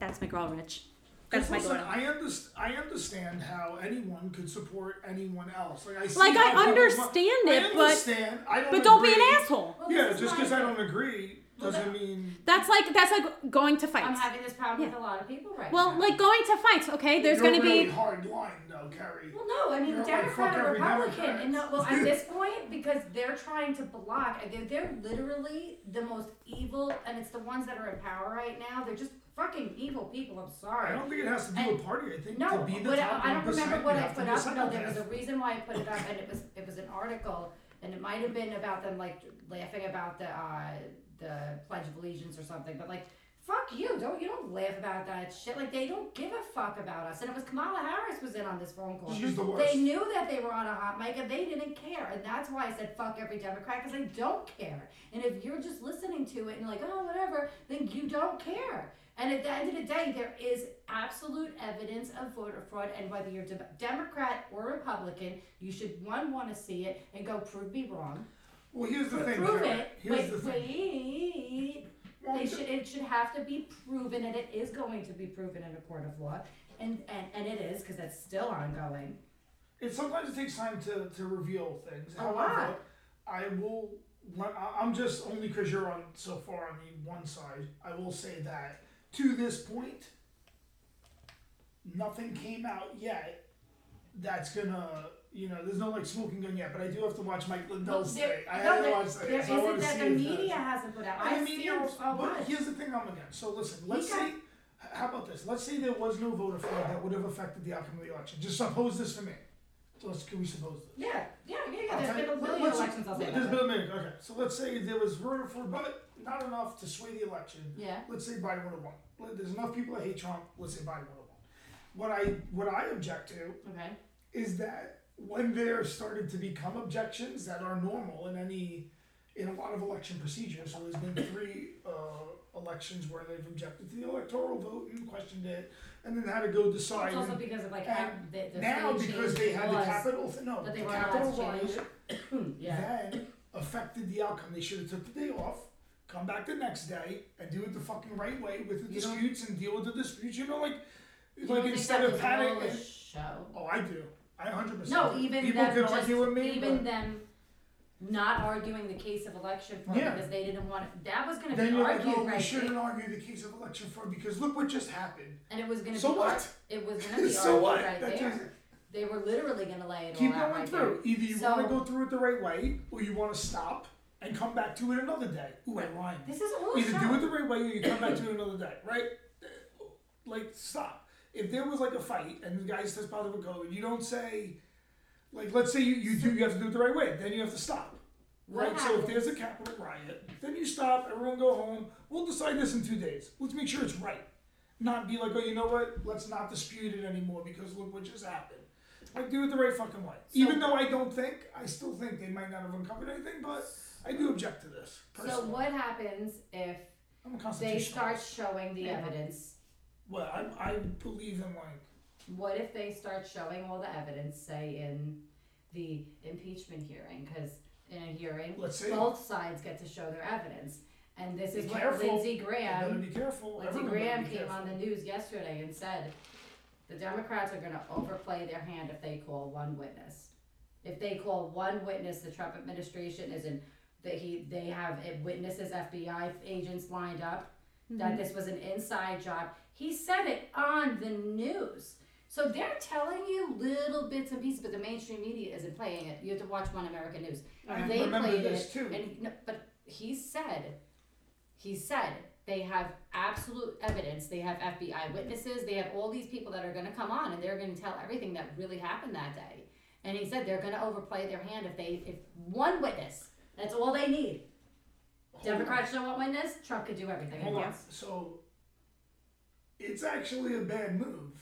A: That's my girl, Rich. That's my
C: Listen,
A: girl.
C: I, underst- I understand how anyone could support anyone else. Like I, see
A: Like, I
C: how people-
A: understand it,
C: I
A: but-
C: understand. I don't
A: But don't be
C: agree.
A: an asshole.
B: Well,
C: Yeah,
B: this is
C: just
B: my
C: because I
B: thing.
C: don't agree doesn't mean.
A: That's like that's like going to
B: I'm
A: fights.
B: having this problem
A: Yeah.
B: with a lot of people right
A: Well,
B: now.
A: like going to fights, okay? There's
C: You're
A: going to
C: really
A: be
C: hard line though, Carrie.
B: Well, no, I mean,
C: You're like,
B: Democrat
C: fuck
B: or
C: every
B: Republican,
C: Democrat.
B: and no, well, at this point, because they're trying to block, they're, they're literally the most evil, and it's the ones that are in power right now. They're just fucking evil people. I'm
C: I
B: sorry.
C: don't think it has to do
B: And-
C: with party. I think
B: No,
C: to be the
B: what I,
C: top
B: I don't
C: 1%,
B: remember what
C: you
B: I
C: have to
B: put
C: be
B: up.
C: something.
B: No, there was a reason why I put it up, and it was it was an article, and it might have been about them like laughing about the uh, the Pledge of Allegiance or something. But like, fuck you! Don't you don't laugh about that shit. Like they don't give a fuck about us. And it was Kamala Harris was in on this phone call.
C: She's the worst.
B: They knew that they were on a hot mic, and they didn't care. And that's why I said fuck every Democrat because they don't care. And if you're just listening to it and like oh whatever, then you don't care. And at the end of the day, there is absolute evidence of voter fraud, and whether you're de- Democrat or Republican, you should one want to see it and go prove me wrong,
C: Well, here's the
B: Pro-
C: thing.
B: prove
C: Carrie.
B: it.
C: Here's
B: Wait,
C: the thing.
B: wait.
C: Well,
B: They
C: it's-
B: should. It should have to be proven, and it is going to be proven in a court of law, and and, and it is because that's still ongoing.
C: It sometimes it takes time to, to reveal things.
B: A
C: However,
B: lot.
C: I will. let- I- I'm just only because you're on so far on the one side. I will say that to this point, nothing came out yet. That's gonna you know. There's no like smoking gun yet, but I do have to watch Mike Lindell's
B: there,
C: thing. I
B: no,
C: have to
B: there-
C: watch that.
B: there
C: so I wanna
B: isn't that
C: see
B: the
C: if
B: media
C: that's-
B: hasn't put out.
C: I
B: I've
C: mean,
B: seen
C: here's-
B: so
C: but
B: much.
C: here's the thing I'm against. So listen, let's
B: got-
C: say, h- how about this? Let's say there was no voter fraud that would have affected the outcome of the election. Just suppose this for me. So let's, can we suppose this?
B: Yeah, yeah, yeah, yeah.
C: Okay,
B: There's been a
C: let-
B: million
C: let's-
B: elections. I'll say
C: There's
B: that.
C: been a million, okay. So let's say there was voter fraud, but not enough to sway the election.
B: Yeah.
C: Let's say Biden would have won. Let- There's enough people that hate Trump, let's say Biden would have won. What I, what I object to
B: Okay.
C: is that when there started to become objections that are normal in any in a lot of election procedures so there's been three uh, elections where they've objected to the electoral vote and questioned it and then had to go decide
B: It's also
C: and-
B: because of like
C: and
B: how the, the
C: now
B: state
C: because
B: changed
C: they had the
B: laws.
C: capital th- no
B: that they
C: the
B: weren't allowed
C: capital
B: to change.
C: rise
B: Hmm, yeah.
C: then affected the outcome they should have took the day off come back the next day and do it the fucking right way with the
B: You don't-
C: disputes and deal with the disputes you know like
B: You don't
C: like
B: think
C: instead
B: that
C: of
B: was all
C: panic
B: a
C: and-
B: show.
C: oh I do I 100%
B: No, even
C: people
B: them
C: could
B: just,
C: argue with me
B: even
C: but-
B: them not arguing the case of election fraud
C: Yeah.
B: because they didn't want it. That was going to
C: then
B: be
C: you're like,
B: argued
C: oh, we
B: right
C: shouldn't
B: there,
C: argue the case of election fraud because look what just happened.
B: and it was going to
C: So
B: be
C: what?
B: ar- it was going to be
C: so
B: argued
C: what?
B: right
C: That
B: there.
C: just-
B: They were literally going to lay it
C: keep
B: all out
C: going
B: right there.
C: through. Either you want
B: So-
C: to go through it the right way, or you want to stop and come back to it another day. Ooh, I rhymed.
B: This is all a
C: Either do
B: show.
C: it the right way, or you come back to it another day. Right? Like stop. If there was like a fight and the guy says positive COVID, you don't say, like, let's say you, you do you have to do it the right way, then you have to stop.
B: What
C: Right, so if
B: happens-
C: there's a capital riot, then you stop, everyone go home, we'll decide this in two days. Let's make sure it's right. Not be like, oh, you know what, let's not dispute it anymore because look what just happened. Like, do it the right fucking way. Even though I don't think, I still think they might not have uncovered anything, but I do object to this. Personally.
B: so what happens if
C: I'm a
B: they
C: constitutionalist.
B: start showing the evidence?
C: Well, I, I believe in like,
B: What if they start showing all the evidence, say in the impeachment hearing? Because in a hearing,
C: Let's see.
B: both sides get to show their evidence. And this
C: Be
B: is what
C: careful.
B: Lindsey
C: you better be
B: Graham,
C: careful.
B: Lindsey
C: everyone better
B: Graham
C: be
B: came
C: careful.
B: on the news yesterday and said, the Democrats are going to overplay their hand if they call one witness. If they call one witness, the Trump administration isn't that he they have uh, witnesses, FBI agents lined up
C: Mm-hmm.
B: that this was an inside job. He said it on the news. So they're telling you little bits and pieces, but the mainstream media isn't playing it. You have to watch One American News.
C: And
B: they
C: remember
B: played
C: this
B: it,
C: too.
B: and no, but he said, he said they have absolute evidence. They have FBI witnesses. They have all these people that are going to come on and they're going to tell everything that really happened that day. And he said they're going to overplay their hand if they if one witness. That's all they need. Democrats don't want witness. Trump could do everything.
C: Hold on.
B: Yes.
C: So, it's actually a bad move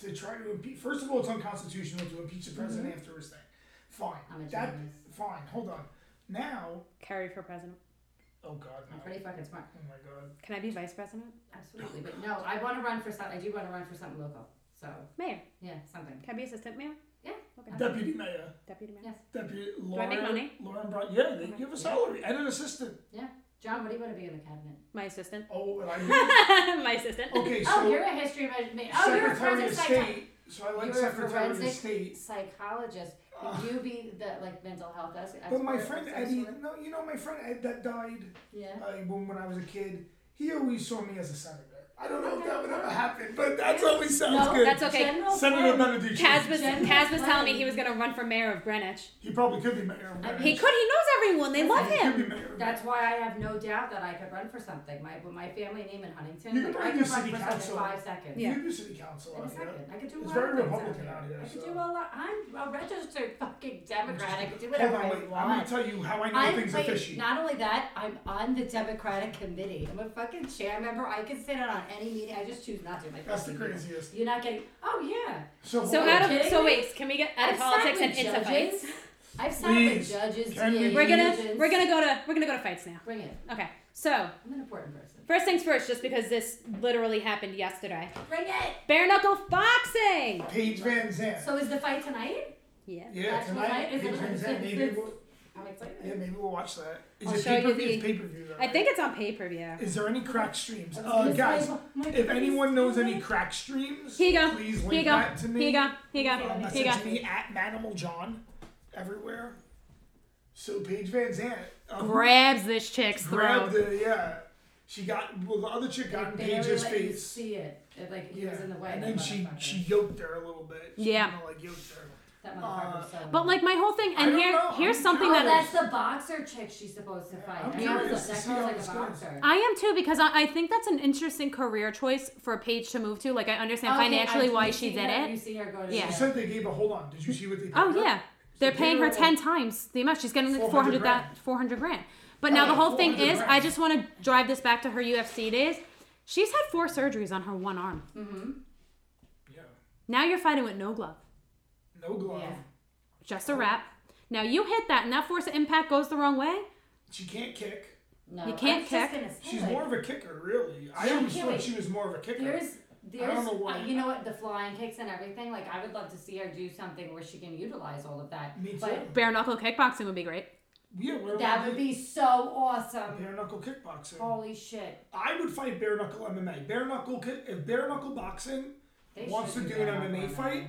C: to try to impeach. First of all, it's unconstitutional to impeach the president after his thing. Fine.
B: Mm-hmm. I'm a
C: that,
B: genius.
C: fine. Hold on. Now,
A: Carry for president.
C: oh God,
B: I'm
C: no.
B: pretty fucking smart.
C: Oh my God.
A: Can I be vice president?
B: Absolutely. But no, I want to run for something. I do want to run for something local. So,
A: Mayor.
B: yeah, something.
A: Can I be assistant mayor?
B: Yeah.
A: Okay.
C: Deputy mayor.
A: Deputy mayor.
B: Yeah.
C: Deputy
A: I
C: Lauren.
A: make money?
C: Lauren Brown. Yeah, they give a salary and an assistant.
B: Yeah. John, what do you want to be in the cabinet?
A: My assistant.
C: Oh, and I.
A: My assistant.
C: Okay, so
B: Oh, you're a history major. Oh, you're a forensic
C: Secretary of
B: psychologist.
C: State. So I like
B: You're a
C: Secretary of
B: forensic
C: State.
B: psychologist. Would you be the like mental health ex- expert?
C: But my
B: or
C: friend
B: some
C: Eddie,
B: sort?
C: no, you know my friend Ed that died
B: Yeah.
C: uh, when, when I was a kid. He always saw me as a senator. I don't know if that would ever happen, but that's always sounds
B: No,
C: good.
A: that's okay.
B: General
C: Senator
B: Flynn.
C: Benediction.
A: Kaz was,
B: Jen-
A: Kaz was telling me he was going to run for mayor of Greenwich.
C: he probably could be mayor. of
A: Uh, He
C: Greenwich.
A: could. He knows everyone. They love
C: He could
A: him.
C: be mayor. of
B: That's why I have no doubt that I could run for something. My my family name in Huntington,
C: You
B: like,
C: could
B: I
C: run
B: could
C: for
B: run
C: city
B: for something
C: council.
B: in five seconds.
A: Yeah.
C: Greenwich. You do city council
B: In a
C: out here.
B: second. I could do a
C: It's
B: lot
C: very
B: of things
C: Republican
B: out
C: out
B: here.
C: here,
B: I could
C: so-
B: do a lot. I'm a registered fucking Democrat. I could do
C: Hold
B: whatever
C: on,
B: I
C: wait.
B: want.
C: I'm gonna tell you how I know
B: I'm-
C: things
B: wait,
C: are fishy.
B: Not only that, I'm on the Democratic committee. I'm a fucking chair member. I can sit in on any meeting. I just choose not to. My
C: That's the
B: fucking meeting.
C: craziest.
B: You're not getting. Oh yeah.
C: So,
A: So
C: hold
A: out
C: on.
A: of
B: kidding
A: so
B: me?
A: wait, can we get out of
B: I've
A: politics and
B: sat with
A: into
B: judges.
A: fights?
B: I've sat with
C: Please,
B: judges.
C: can we-
B: DAs,
A: We're gonna
B: agents.
A: we're gonna go to we're gonna go to fights now.
B: bring it.
A: Okay, so
B: I'm an important person.
A: first things first, just because this literally happened yesterday.
B: Bring it.
A: Bare knuckle boxing.
C: Paige Van Zandt.
B: So is the fight tonight?
A: Yeah.
C: yeah,
B: that's
C: tonight.
B: tonight, is
C: Paige
B: it-
C: Van Zandt.
B: is
C: Maybe
B: it-
C: we'll,
B: I'm excited.
C: yeah, maybe we'll watch that. Is
A: I'll
C: it
A: show you
C: pay per view?
A: the-
C: It's pay per view.
A: I think it's on pay per view.
C: Is there any crack streams?
B: I was
C: Uh,
B: gonna say,
C: guys,
B: my- my
C: if
B: goodness,
C: anyone knows any
B: goodness.
C: crack streams,
A: Here you go.
C: please
A: Here you
C: link
A: go.
C: that to me.
A: Here you go. Here you
C: Uh,
A: go. Here you
C: message
A: go.
C: me at Manimal John everywhere. So Paige Van Zandt um,
A: Grabs this chick's
C: grabbed
A: throat.
C: the yeah. She got well. The other chick got in
B: They barely
C: Paige's
B: let you
C: face.
B: see it. It, like he
C: yeah,
B: was in the way.
C: and
B: that
C: then she
B: motherfucker.
C: she yoked her a little bit. She
A: Yeah.
C: kinda, like yoked her.
B: That motherfucker was
C: uh,
B: so
A: But like my whole thing,
C: I
A: and
C: don't
A: here
C: know.
A: here's
C: I'm
A: something
B: Oh,
A: that
B: that's the boxer chick she's supposed to fight.
C: I'm
B: I mean, that
C: curious
B: was
C: to
B: a- that
C: see
B: girl's
C: how
B: like
C: this
B: a
C: goes.
B: boxer.
A: I am too because I, I think that's an interesting career choice for Paige to move to. Like I understand
B: Okay, I-
A: financially
B: you
A: why
B: see
A: she did
B: her-
A: it.
B: You see her go to
A: Yeah.
C: She
B: jail.
C: said they gave a hold on. Did you see what they? Paid
A: Oh
C: her?
A: yeah, they're
C: they
A: paying her
C: were
A: ten
C: like-
A: times the amount. She's getting like
C: 400
A: 400 that 400 grand. But now the whole thing
C: 400
A: is,
C: grand.
A: I just want to drive this back to her UFC days. She's had four surgeries on her one arm.
C: Yeah.
A: Now you're fighting with no glove,
C: No glove.
B: Yeah.
A: just a wrap. Now you hit that, and that force of impact goes the wrong way.
C: She can't kick.
B: No,
A: You can't
B: I was just
A: kick.
B: gonna say,
C: She's
B: like,
C: more of a kicker, really. I
B: She-
C: always
B: yeah,
C: thought
B: wait.
C: she was more of a kicker.
B: There's, there's,
C: I don't know why.
B: uh, you know what, the flying kicks and everything. Like, I would love to see her do something where she can utilize all of that.
C: Me
B: But
C: too.
A: Bare knuckle kickboxing would be great.
C: Yeah, where
B: that would be Oh. so awesome.
C: bare knuckle kickboxing.
B: Holy shit.
C: I would fight bare knuckle MMA. Bare knuckle kick, if bare knuckle boxing
B: They
C: wants to
B: should
C: do
B: do
C: an
B: that.
C: MMA fight,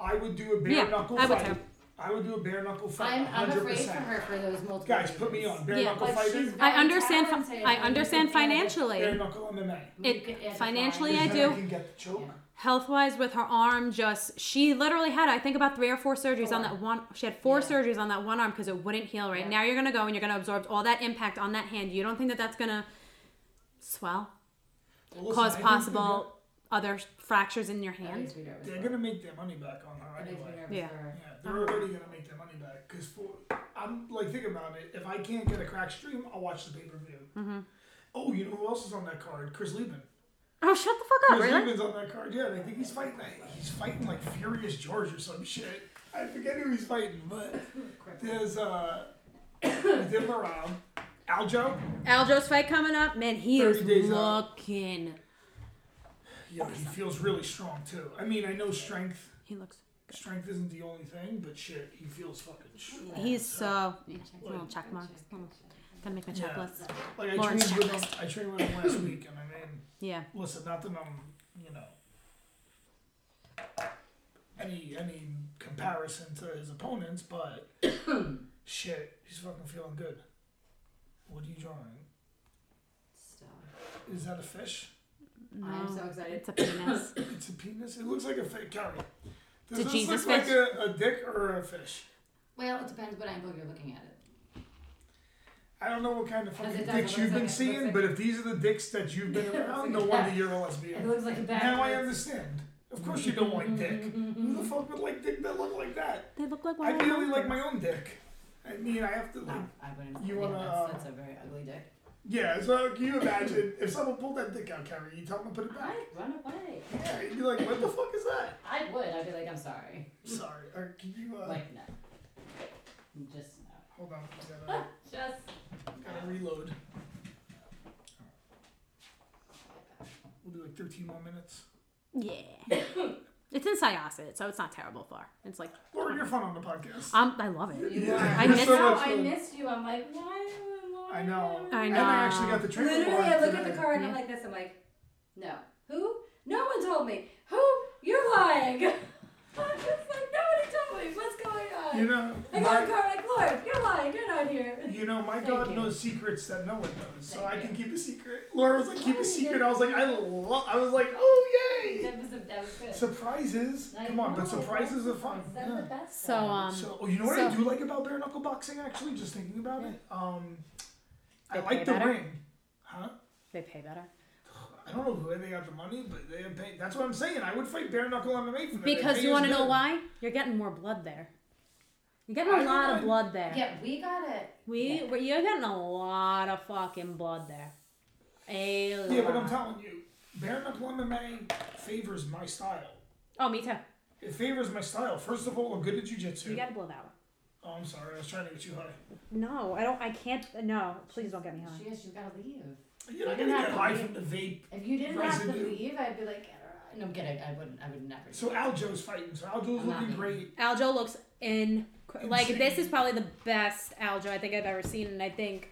C: I would do a bare
A: Yeah,
C: knuckle
A: I would
C: fight.
A: too.
C: I would do a bare knuckle fight.
B: I'm, I'm afraid
C: 100%.
B: for her for those multiple
C: Guys, put me
B: reasons.
C: on bare
A: Yeah.
C: knuckle
B: But
C: fighting.
B: she's
A: I
B: very
A: understand.
B: talented,
A: Fi-
B: and
A: I
B: you
A: understand
B: can add the-
C: Bare
A: financially.
C: knuckle MMA.
B: you can add the
A: It
B: flying.
A: financially, I
C: Because then
A: do.
C: can get the choke.
B: Yeah.
A: health wise with her arm just she literally had i think about three or four surgeries on that one she had four
B: Yeah.
A: surgeries on that one arm because it wouldn't heal right
B: Yeah.
A: now you're gonna go and you're gonna absorb all that impact on that hand you don't think that that's gonna swell
C: Well, listen, I
A: cause
C: think
A: possible other fractures in your
B: That
A: hand
B: makes me nervous.
C: They're, they're gonna make their money back on her
B: That makes me
C: anyway.
B: nervous
A: Yeah.
B: for her.
C: Yeah, they're already gonna make their money back. Cause for I'm like, think about it. If I can't get a crack stream, I'll watch the pay per view.
A: Mm-hmm.
C: Oh, you know who else is on that card? Chris Lieben.
A: oh shut the fuck up
C: Chris
A: really
C: Lieben's on that card. Yeah, and I think he's fighting. Like, he's fighting like Furious George or some shit. I forget who he's fighting, but there's uh, Dim around. Aljo.
A: aljo's fight coming up man he
C: 30
A: is
C: days out.
A: looking
C: Yeah, he feels really strong too. I mean, I know strength.
A: he looks
C: Strength isn't the only thing, but shit, he feels fucking strong.
A: he's so yeah, little check marks little- gotta make my
C: Yeah.
A: checklist
C: Like I
A: Lawrence
C: trained with him. I trained with him last week, and I mean.
A: yeah
C: Listen, not that I'm, you know, any any comparison to his opponents, but shit, he's fucking feeling good. What are you drawing?
B: Stop.
C: Is that a fish?
B: I am
A: No,
B: so excited.
A: it's a penis
C: It's a penis. It looks like a fish. Carrie, does
A: It's a
C: this
A: Jesus
C: look
A: fish.
C: like a, a dick or a fish?
B: Well, it depends what angle you're looking at it.
C: I don't know what kind of
B: it
C: fucking
B: does, it
C: dicks
B: looks like a-
C: you've been
B: it looks
C: seeing,
B: like-
C: but if these are the dicks that you've been
B: It looks
C: around,
B: like
C: no
B: a
C: wonder
B: bat.
C: you're a lesbian.
B: It looks like a bad.
C: Now I understand. Of course you don't like dick. Who the fuck would like dick that look like that?
A: they look like
C: I
A: wild
C: barely
A: monkeys.
C: like my own dick. I mean, I have to
B: No,
C: like.
B: I wouldn't.
C: You
B: yeah,
C: wanna,
B: That's,
C: uh,
B: that's a very ugly dick.
C: Yeah, so can you imagine if someone pulled that dick out, Carrie? You tell them to put it back.
B: I'd run away.
C: Yeah, you'd be like, what the fuck is that?
B: I would. I'd be like, I'm sorry.
C: Sorry. Or can you, uh,
B: Like, no. Just no.
C: hold on. Gotta,
B: Just.
C: gotta reload. We'll do like 13 more minutes.
A: Yeah. it's in Syosset, so it's not terrible far. It's like
C: Or your fun on the podcast.
A: um, I love it.
B: You are.
C: Yeah,
A: I
B: You
A: miss-
B: know,
C: so much
B: I
C: fun.
B: missed you. I'm like, why? why-
C: I know.
A: I
C: And
A: know.
C: I actually got the trailer.
B: Literally,
C: line
B: I look at the
C: today.
B: car and I'm like this. I'm like, no. Who? No one told me. Who? You're lying. I'm just like, nobody told me. What's going on?
C: You know,
B: I got in the
C: my,
B: car like, Lord, you're lying. You're not here.
C: you know, my
B: Thank
C: God
B: you.
C: knows secrets that no one knows, so
B: Thank
C: I
B: you.
C: can keep a secret. Laura was like, keep
B: Oh,
C: a secret.
B: yeah.
C: I was like, I love. I was like, oh yay!
B: That was, that was good.
C: Surprises.
B: I
C: Come on,
B: know.
C: but surprises are fun.
B: That's
C: Yeah.
B: the best
A: So
B: one.
A: um
C: So, oh, you know what I
A: so-
C: do like about bare knuckle boxing? Actually, just thinking about it, um, I
A: They pay
C: like the
A: better?
C: ring. Huh?
A: they pay better.
C: I don't know where they got the money, but they pay. That's what I'm saying. I would fight bare knuckle MMA for that. They
A: Because
C: pay
A: you
C: us
A: want to know
C: good.
A: why? You're getting more blood there. You're getting
C: I
A: a
C: don't
A: lot
C: mind-
A: of blood there.
B: uh, Yeah, we got it.
A: We we- you're getting a lot of fucking blood there. A lot.
C: Yeah, but I'm telling you, bare knuckle MMA favors my style.
A: oh, me too.
C: It favors my style. First of all, I'm good at jujitsu.
A: You gotta blow that one.
C: oh, I'm sorry. I was trying to get you high.
A: No, I don't. I can't. No, please don't get me high.
B: She is. She's got to leave.
C: You're not
B: didn't
C: gonna
B: have
C: get
B: to
C: high
B: leave.
C: from the vape.
B: If you didn't have to
C: Residue.
B: leave, I'd be like, get her out. No, I'm kidding. I wouldn't. I would never.
C: So Aljo's fighting. So Aljo's
B: I'm not gonna-
C: looking great.
A: Aljo looks in. Like
C: Insane.
A: this is probably the best Aljo I think I've ever seen, and I think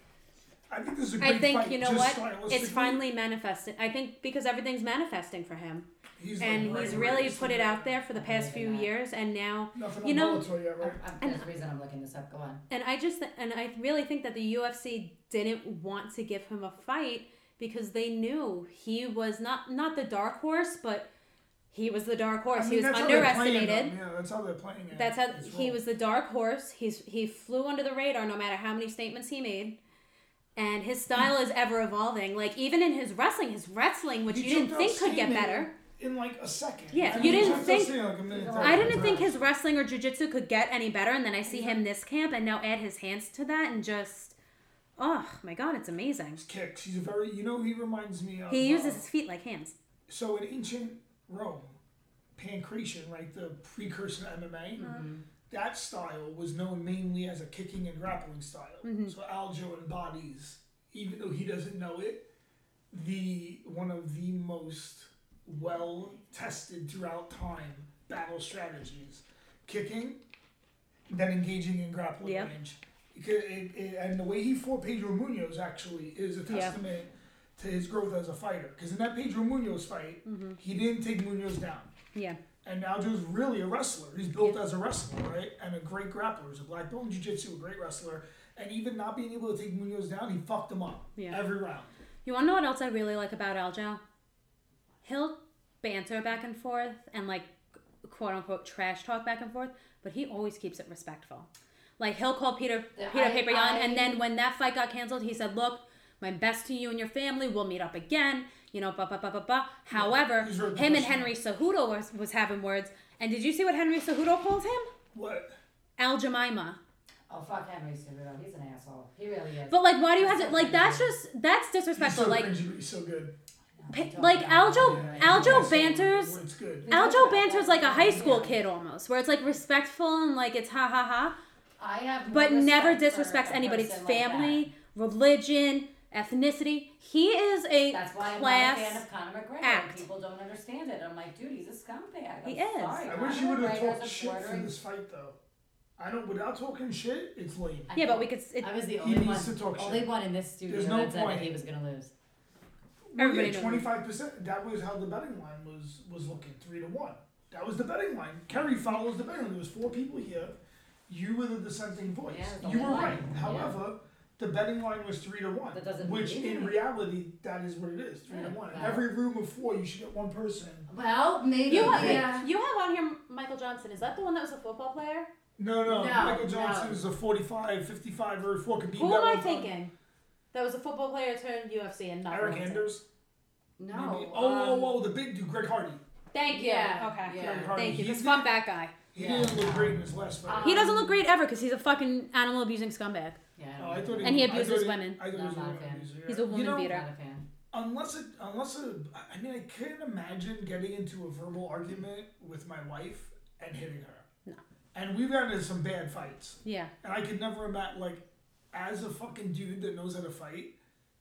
C: I think this is a great
A: I think
C: fight,
A: you know
C: just
A: what?
C: stylistically.
A: It's finally manifested. I think because everything's manifesting for him,
C: He's like
A: and
C: right
A: he's
C: where
A: really
C: needs to
A: put it
C: be.
A: out there for the
B: I'm
A: past
B: believing
A: few
B: that.
A: years, and now
C: Nothing
A: You
C: on
A: know-
C: Bellator yet,
B: I'm,
C: right?
B: I'm,
A: And-
B: there's a reason I'm looking this up. Go on.
A: and I just and I really think that the UFC didn't want to give him a fight because they knew he was not not the dark horse, but he was the dark horse.
C: I mean,
A: he was
C: that's how they're playing
A: underestimated.
C: him. Yeah, that's how they're playing it.
A: That's how
C: It's
A: he
C: wrong.
A: was the dark horse. He's he flew under the radar no matter how many statements he made. And his
C: Hmm.
A: style is ever evolving. Like even in his wrestling, his wrestling, which
C: He
A: you didn't
C: jumped
A: think
C: out
A: could get
C: screaming
A: better.
C: In like a second.
A: Yeah,
C: I
A: you
C: mean,
A: didn't
C: jumped out
A: think-
C: screaming like a minute and
A: I
C: thirty
A: didn't think
C: times.
A: his wrestling or jujitsu could get any better, and then I see him this camp and now add his hands to that and just oh my god, it's amazing.
C: His kicks. He's a very. You know, he reminds me of.
A: He uses
C: uh,
A: his feet like hands.
C: so in ancient Rome, pancration, right, the precursor to MMA, that style was known mainly as a kicking and grappling style. So Aljo embodies, even though he doesn't know it, the one of the most well tested throughout time battle strategies, kicking, then engaging in grappling
A: Yep.
C: range. Because it, it, and the way he fought Pedro Munoz actually is a testament to his growth as a fighter. Because in that Pedro Munoz fight,
A: Mm-hmm.
C: he didn't take Munoz down.
A: Yeah.
C: And Aljo's really a wrestler. He's built as a wrestler, right? And a great grappler. He's a black belt in jiu-jitsu, a great wrestler. And even not being able to take Munoz down, he fucked him up
A: Yeah.
C: every round.
A: You wanna know what else I really like about Aljo? He'll banter back and forth and like quote unquote trash talk back and forth, but he always keeps it respectful. Like he'll call Peter
B: Yeah,
A: Peter
B: I-
A: Paper Yan,
B: I-
A: and then when that fight got canceled, he said, Look, my best to you and your family, we'll meet up again, you know, ba ba ba ba ba. However,
C: he's very
A: him and
C: professional.
A: Henry Cejudo was, was having words. And did you see what Henry Cejudo called him?
C: What?
A: Al Jemima.
B: Oh fuck Henry Cejudo. He's an asshole. He really is.
A: But like why do you have to like that's just that's
C: He's
A: disrespectful.
C: so
A: Like
C: cringy, but he's so good.
A: pa- like Aljo Aljo banters
C: Well, It's good.
A: Mm-hmm. Aljo banter's like a high school kid almost, where it's like respectful and like it's ha ha ha,
B: I have. no
A: but never
B: respect for
A: disrespects
B: a
A: anybody's
B: person like that.
A: family, religion, ethnicity. He is a
B: That's why I'm
A: class.
B: not a fan of Conor McGregor.
A: act.
B: People don't understand it. I'm like, dude, he's a scumbag. I'm
A: He is.
B: Sorry.
C: I wish you
B: Conor
C: would have
B: McGregor's
C: talked
B: a
C: shit for
B: bordering-
C: this fight, though. I don't. Without talking shit, it's lame.
B: I
A: yeah,
B: know.
A: but we could. s- It,
B: I was the
C: He
B: only one,
C: needs to talk
B: only
C: shit.
B: one in this studio
C: There's no
B: that said that
C: point.
B: he was gonna lose.
A: everybody knows.
C: Twenty five percent. That was how the betting line was was looking three to one. That was the betting line. Kerry follows the betting line. There was four people here. You were the dissenting voice.
B: Yeah, the
C: you were
B: whole
C: right.
B: line.
C: However, the betting line was three to one.
B: That doesn't
C: which
B: mean
C: in
B: anything.
C: reality that is what it is, three to
B: Yeah,
C: one. In
B: wow.
C: every room of four you should get one person.
B: Well, maybe.
A: you have
B: yeah.
A: you have on here Michael Johnson. Is that the one that was a football player?
C: No, no,
B: No,
C: Michael Johnson
B: no.
C: is a 45, 55, or four could be
A: Who
C: that
A: am I
C: one.
A: thinking? That was a football player turned UFC and not.
C: Eric
A: Johnson.
C: Anders?
B: No.
C: Maybe. Oh,
B: um,
C: oh, oh, the big dude, Greg Hardy.
A: Thank you.
B: Yeah,
A: Okay.
B: yeah.
C: Greg Hardy.
A: Thank you.
C: He
A: Just
C: did-
A: fuck that guy.
C: He
B: Yeah.
C: didn't look great in his last fight.
A: He doesn't look great ever because he's a fucking animal abusing scumbag.
B: Yeah. I
C: Oh,
B: don't
C: I thought he,
A: And he
C: I thought
A: abuses women.
C: I thought he
B: No,
C: was a
B: I'm not a
C: woman
B: fan.
C: abuser.
A: He's a woman
C: you know,
A: beater.
B: not a fan.
C: Unless it, unless it, I mean, I couldn't imagine getting into a verbal argument with my wife and hitting her.
A: No.
C: And we've gotten into some bad fights,
A: Yeah.
C: and I could never imagine, like, as a fucking dude that knows how to fight,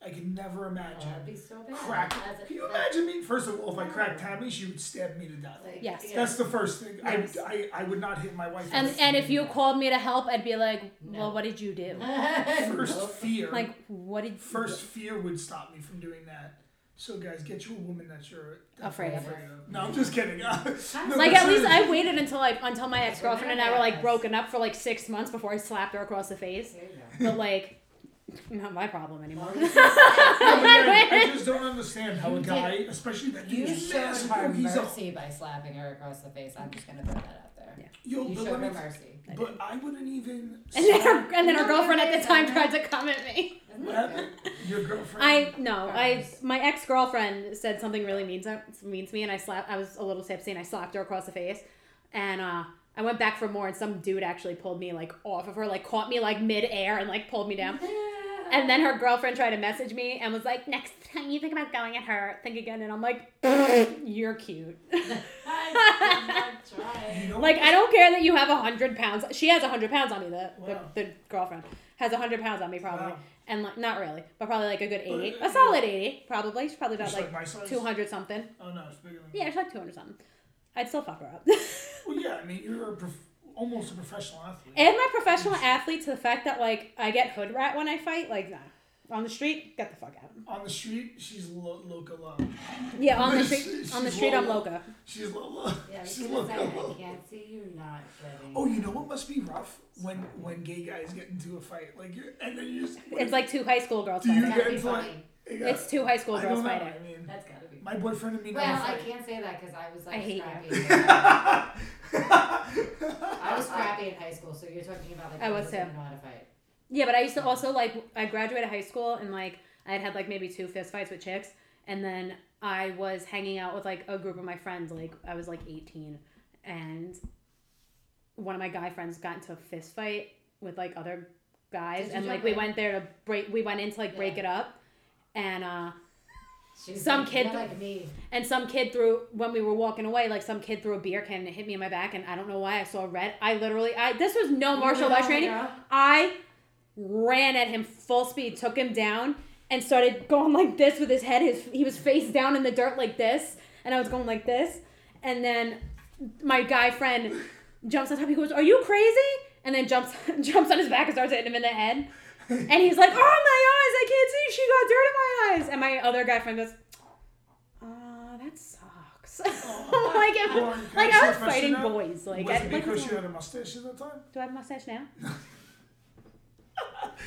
C: I could never imagine.
B: That'd be so bad.
C: Crack.
B: As a-
C: Can you imagine me? First of all, if I cracked Tammy, she would stab me to death.
B: like,
A: Yes.
B: yeah.
C: That's the first thing.
A: Yes.
C: I, I I would not hit my wife.
A: And
C: That's
A: and if you called me to help, I'd be like,
B: No.
A: well, what did you do?
C: first
B: Nope.
C: fear,
A: Like, what did
C: first fear would stop me from doing that. So guys, get you a woman that you're
A: Afraid of.
C: of. No, I'm just kidding. No,
A: Like
C: but
A: at least I
C: seriously.
A: waited until I until my ex girlfriend and I were like
B: Yes.
A: broken up for like six months before I slapped her across the face.
B: There you go.
A: But like, not my problem anymore.
C: Oh my God, I just don't understand how a guy, especially that
B: You
C: dude's
B: showed
C: massive,
B: her
C: he's a
B: mercy by slapping her across the face. I'm just gonna throw that out there.
C: yo,
B: You
C: Oh, but,
B: showed
C: let me-
B: her mercy.
C: but I wouldn't even.
A: And then her, and then her
B: No,
A: girlfriend at the
B: amazing,
A: time
B: right?
A: tried to come at me.
B: Isn't
C: What
B: that
C: happened? Your girlfriend.
A: I no, I
B: Gross.
A: my ex girlfriend said something really means means me, and I slapped. I was a little tipsy, and I slapped her across the face, and uh, I went back for more, and some dude actually pulled me like off of her, like caught me like mid air, and like pulled me down.
B: good?
A: And then her girlfriend tried to message me and was like, "Next time you think about going at her, think again." And I'm like, "You're cute."
B: I'm not trying.
C: You know
A: Like
C: what?
A: I don't care that you have a hundred pounds. She has a hundred pounds on me. The,
C: Wow.
A: the the girlfriend has a hundred pounds on me probably,
C: Wow.
A: and like not really, but probably like a good
C: But,
A: eighty,
C: uh,
A: a solid eighty probably. She's probably about
C: She's like
A: like,
C: my size?
A: two hundred something.
C: Oh no, it's bigger than.
A: Yeah, she's like two hundred something. I'd still fuck her up.
C: Well, yeah. I mean, you're a prof- almost a professional athlete.
A: and my professional athlete to the fact that like I get hood rat when I fight. Like nah, on the street, get the fuck out.
C: on the street, she's lo- loca love.
A: Yeah, on the
C: She's-
A: street, on the
C: she's
A: street, I'm
C: low.
A: loca.
C: She's loca.
B: Yeah, because
C: she's
B: I,
C: loca
B: I
C: love.
B: can't see you not getting.
C: Oh, you know what must be rough when when gay guys get into a fight, like you're, and then you just
A: It's like two high school girls.
C: do you
A: fighting.
B: gotta
C: get
B: be
C: into like
B: funny.
C: yeah,
A: It's two high school
C: I don't
A: girls
C: know.
A: fighting.
C: I mean,
B: That's gotta be.
C: my boyfriend and me.
B: Well,
C: got
B: I
C: in a fight.
B: can't say that because I was like
A: I hate
B: scrappy.
A: you.
B: I was scrappy in high school, so you're talking about like
A: I was
B: doesn't
A: too.
B: know how to fight.
A: Yeah, but I used to also like I graduated high school and like I had had like maybe two fist fights with chicks, and then I was hanging out with like a group of my friends. Like I was like eighteen, and one of my guy friends got into a fist fight with like other guys,
B: Did you
A: and like
B: jump
A: we
B: in?
A: went there to break. We went in to like break
B: Yeah.
A: it up, and uh
B: She's
A: Some
B: like,
A: kid-
B: you're like me.
A: and some kid threw when we were walking away. Like some kid threw a beer can and it hit me in my back, and I don't know why I saw red. I literally I this was no
B: You
A: martial
B: were
A: arts
B: the
A: training.
B: girl?
A: I ran at him full speed, took him down, and started going like this with his head. His he was face down in the dirt like this, and I was going like this. And then my guy friend jumps on top. He goes, "Are you crazy?" And then jumps jumps on his back and starts hitting him in the head. And he's like, "Oh my eyes! I can't see. She got dirt in my eyes." And my other guy friend goes, "Ah, that sucks."
C: Oh,
A: like, it-
C: Lauren, can
A: like I
C: ask you a
A: was
C: question
A: fighting
C: now?
A: boys. Like,
C: was
A: I,
C: it
A: like
C: because you had a mustache at that time?
A: do I have a mustache now?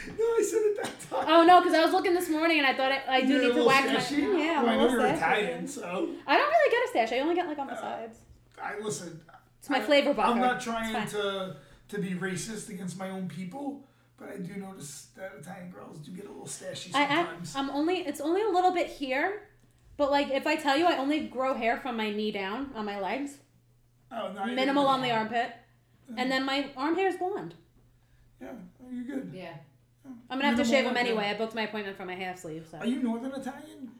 C: No, I said it that time.
A: Oh no, because I was looking this morning and I thought I, I do
C: You're a
A: need to
C: little
A: wax my.
C: stashy?
A: Yeah,
C: Well, I
A: I'm a
C: know
A: little
C: you're
A: stashy.
C: Italian, so
A: I don't really get a stash. I only get like on the
C: Uh,
A: sides.
C: I listen.
A: It's my
C: I-
A: flavor buffer.
C: I'm not
A: It's
C: trying
A: fine.
C: to to be racist against my own people, but I do notice that Italian girls do get a little stashy
A: I, I
C: sometimes.
A: I'm only it's only a little bit here, but like if I tell you I only grow hair from my knee down on my legs,
C: oh, no, you're-
A: minimal on the armpit, and then my arm hair is blonde.
C: Yeah, oh, you're good.
B: Yeah.
A: I'm gonna have to
C: Minimal
A: shave
C: on
A: them
C: the-
A: anyway. I booked my appointment for my half sleeve, so
C: Are you Northern Italian?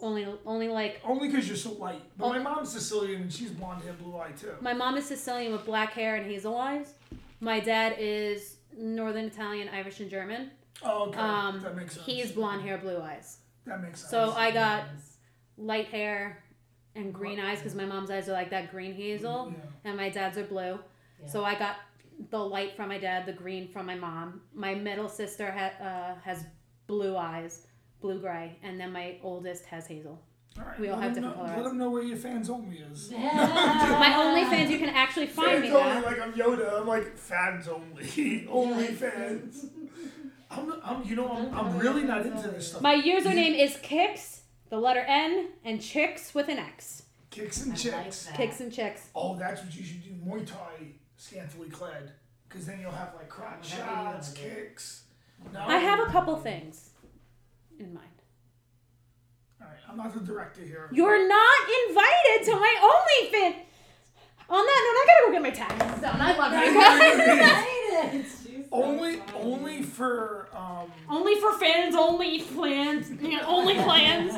A: only only like
C: Only because you're so light. But my
A: Oh.
C: mom's Sicilian and she's blonde hair, blue eye too.
A: my mom is Sicilian with black hair and hazel eyes. My dad is Northern Italian, Irish, and German.
C: oh, okay.
A: Um,
C: that makes sense.
A: he's blonde hair, blue eyes.
C: That makes sense.
A: So I got light hair and green eyes because my mom's eyes are like that green hazel,
C: Yeah.
A: and my dad's are blue. So I got the light from my dad, the green from my mom. My middle sister ha- uh, has blue eyes, blue gray, and then my oldest has hazel.
C: All right,
A: we all
C: let
A: have
C: them
A: different
C: know,
A: color
C: Let them know where your fans only is.
A: My
C: Ah.
A: OnlyFans, you can actually find me
C: fans only,
A: now.
C: like I'm Yoda. I'm like fans only, only fans. I'm, I'm, you know, I'm, I'm really not into this stuff.
A: My username is Kicks, the letter N, and Chicks with an X.
C: Kicks and
B: I like
C: chicks.
B: that.
A: Kicks and Chicks.
C: Oh, that's what you should do. Muay Thai, scantily clad, because then you'll have like crotch
B: Whatever you
C: shots,
B: wanna do.
C: kicks. No,
A: I have a couple things in mind.
C: All right, I'm not the director here.
A: You're not invited to my OnlyFans. On that note, I gotta go get my taxes done. I love you guys.
B: I hate it. She's
C: Only, only for um,
A: Only for fans, only plans, you know, only plans,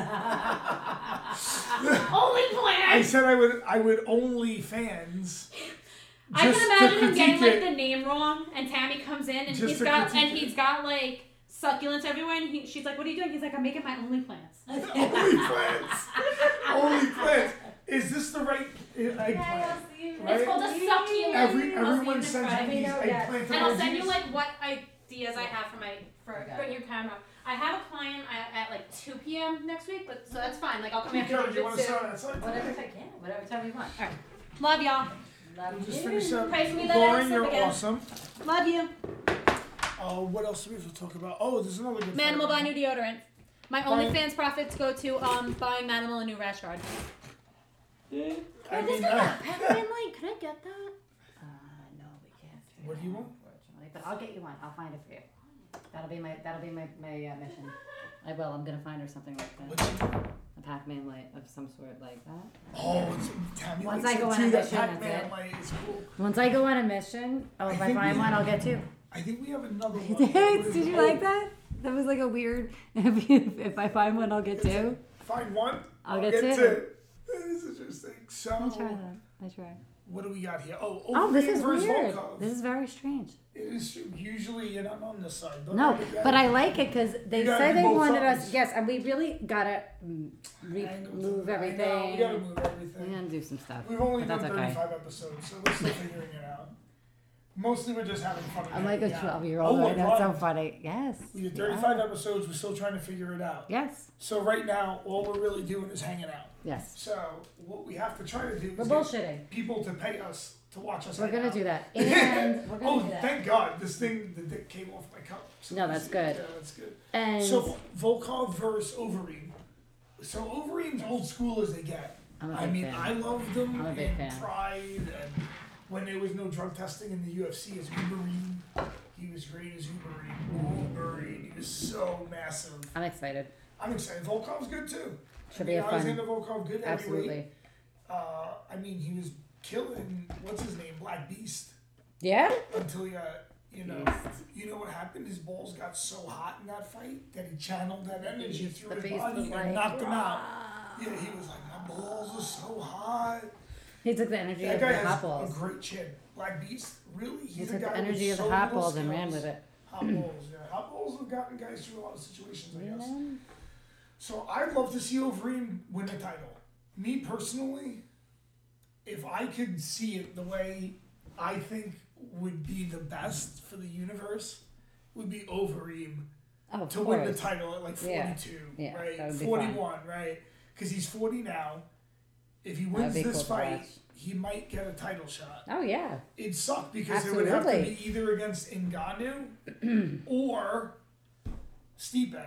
A: only
C: I
A: plans.
C: said I would I would only fans.
A: I,
C: just
A: can
C: to
A: imagine him getting
C: critique
A: like the name wrong, and Tammy comes in and
C: Just
A: he's
C: to
A: got
C: critique
A: and
C: it.
A: he's got like succulents everywhere, and he, she's like, "What are you doing?" He's like, "I'm making my only plans."
C: only plants. only plants. Is this the right e- eggplant? Right?
A: It's called a succulent.
C: Every
A: I'll see you
C: everyone
A: this
C: sends
A: Friday. Oh,
C: you these
B: know, yeah.
C: eggplant
A: And I'll send you
C: emojis.
A: like what ideas I have for my for
B: Okay.
A: for your camera. I have a client at, at like 2 p.m. next week, but so that's fine. Like I'll come after
C: Carol, do you want to
A: soon.
C: start outside?
B: Whatever time, yeah, whatever time you want.
A: Love y'all.
C: We'll
B: Love
C: just
B: you.
C: finish up.
A: Pray for me that I
C: Lauren,
A: slip
C: you're
A: again.
C: awesome.
A: Love you.
C: Uh, what else do we have to talk about? Oh, there's another good.
A: Manimal
C: photo.
A: buy new deodorant. My
C: Bye.
A: OnlyFans profits go to um buying Manimal a new rash guard.
C: I
A: this
C: mean,
A: guy
C: uh,
A: got peppermint like, could I get that?
B: Uh, no, we can't.
C: What do you want?
B: Unfortunately, but I'll get you one. I'll find it for you. That'll be my that'll be my my uh, mission. I will. I'm gonna find her something like that.
C: what's-
B: A Pac-Man light of some sort like that.
C: oh, it's, Tammy
B: Once
C: likes
B: I go
C: it
B: on
C: too.
B: a
C: That
B: mission, that's
C: Pac-Man
B: it.
C: light is cool.
B: Once I go on a mission, oh, if
C: I
B: I,
C: think
B: find
C: we-
B: one, I'll get two.
C: I think we have another one.
B: Did you like that? That was like a weird. If, you, if I find one, I'll get two.
C: Find one.
B: I'll get two.
C: That is interesting.
B: I'll try
C: So,
B: that. I try.
C: what do we got here? Oh,
B: Oh, this is
C: Overeem versus
B: weird.
C: Volkov.
B: This is very strange.
C: It is usually you're not on this side. Don't
B: No,
C: worry about
B: but
C: it.
B: I like it because they
C: You gotta
B: say
C: do
B: they
C: both
B: wanted us.
C: sides.
B: Yes, and we really gotta mm, re-
C: Angles and-
B: move
C: I know,
B: everything.
C: we gotta
B: We
C: move everything.
B: gotta do some stuff.
C: We've only
B: but
C: done
B: that's okay.
C: 35 episodes, so we're still figuring it out. Mostly, we're just having fun.
B: I'm like a
C: Yeah.
B: 12 year old
C: Oh,
B: right now. It's so
C: wow.
B: funny. Yes.
C: We did
B: yeah.
C: 35 episodes. We're still trying to figure it out.
B: Yes.
C: So right now, all we're really doing is hanging out.
B: Yes.
C: So what we have to try to do
B: We're
C: is get
B: bullshitting.
C: people to pay us to watch us.
B: We're
C: hang
B: gonna
C: out.
B: do that. And we're gonna
C: Oh,
B: do that.
C: thank God! This thing, the dick came off my cup. So
B: No, that's good.
C: Yeah, that's good.
B: And
C: So Volkov versus Overeem. So Overeem's old school as they get.
B: I'm a
C: I
B: big
C: mean,
B: fan.
C: I loved them
B: I'm a big
C: in
B: fan.
C: Pride and when there was no drug testing in the UFC as Uberine. He was great as Uberine. Uberine, he was so massive.
B: I'm excited.
C: I'm excited. Volkov's good too.
B: Should
C: I
B: be
C: mean,
B: a fun.
C: Alexander Volkov, good heavyweight.
B: Absolutely.
C: Uh, I mean, he was killing what's his name, Black Beast,
B: Yeah.
C: until he got. You know, you know what happened? His balls got so hot in that fight that he channeled that energy through
B: The
C: his
B: beast
C: body
B: was
C: and
B: like,
C: knocked him out. Yeah, he was like, my balls are so hot.
B: He took the energy
C: That
B: of the
C: guy has
B: hot
C: a
B: balls.
C: great chin. Black Beast, really? He's
B: He
C: a
B: took
C: guy
B: the
C: with
B: energy of the
C: so
B: hot
C: little
B: balls and ran
C: skills.
B: with it.
C: Hot balls, yeah. Hot balls have gotten guys through a lot of situations, I guess. So I'd love to see Overeem win a title. Me personally, if I could see it the way I think would be the best for the universe, would be Overeem
B: Oh, of
C: to win the
B: course.
C: title at like 42,
B: Yeah. Yeah,
C: right?
B: that would be fun.
C: 41, right? Because he's 40 now. If he
B: That'd
C: wins
B: be
C: this
B: cool to
C: fight,
B: watch.
C: he might get a title shot.
B: Oh yeah.
C: It'd suck because it would have to
B: Absolutely.
C: be either against Ngannou or Stipe.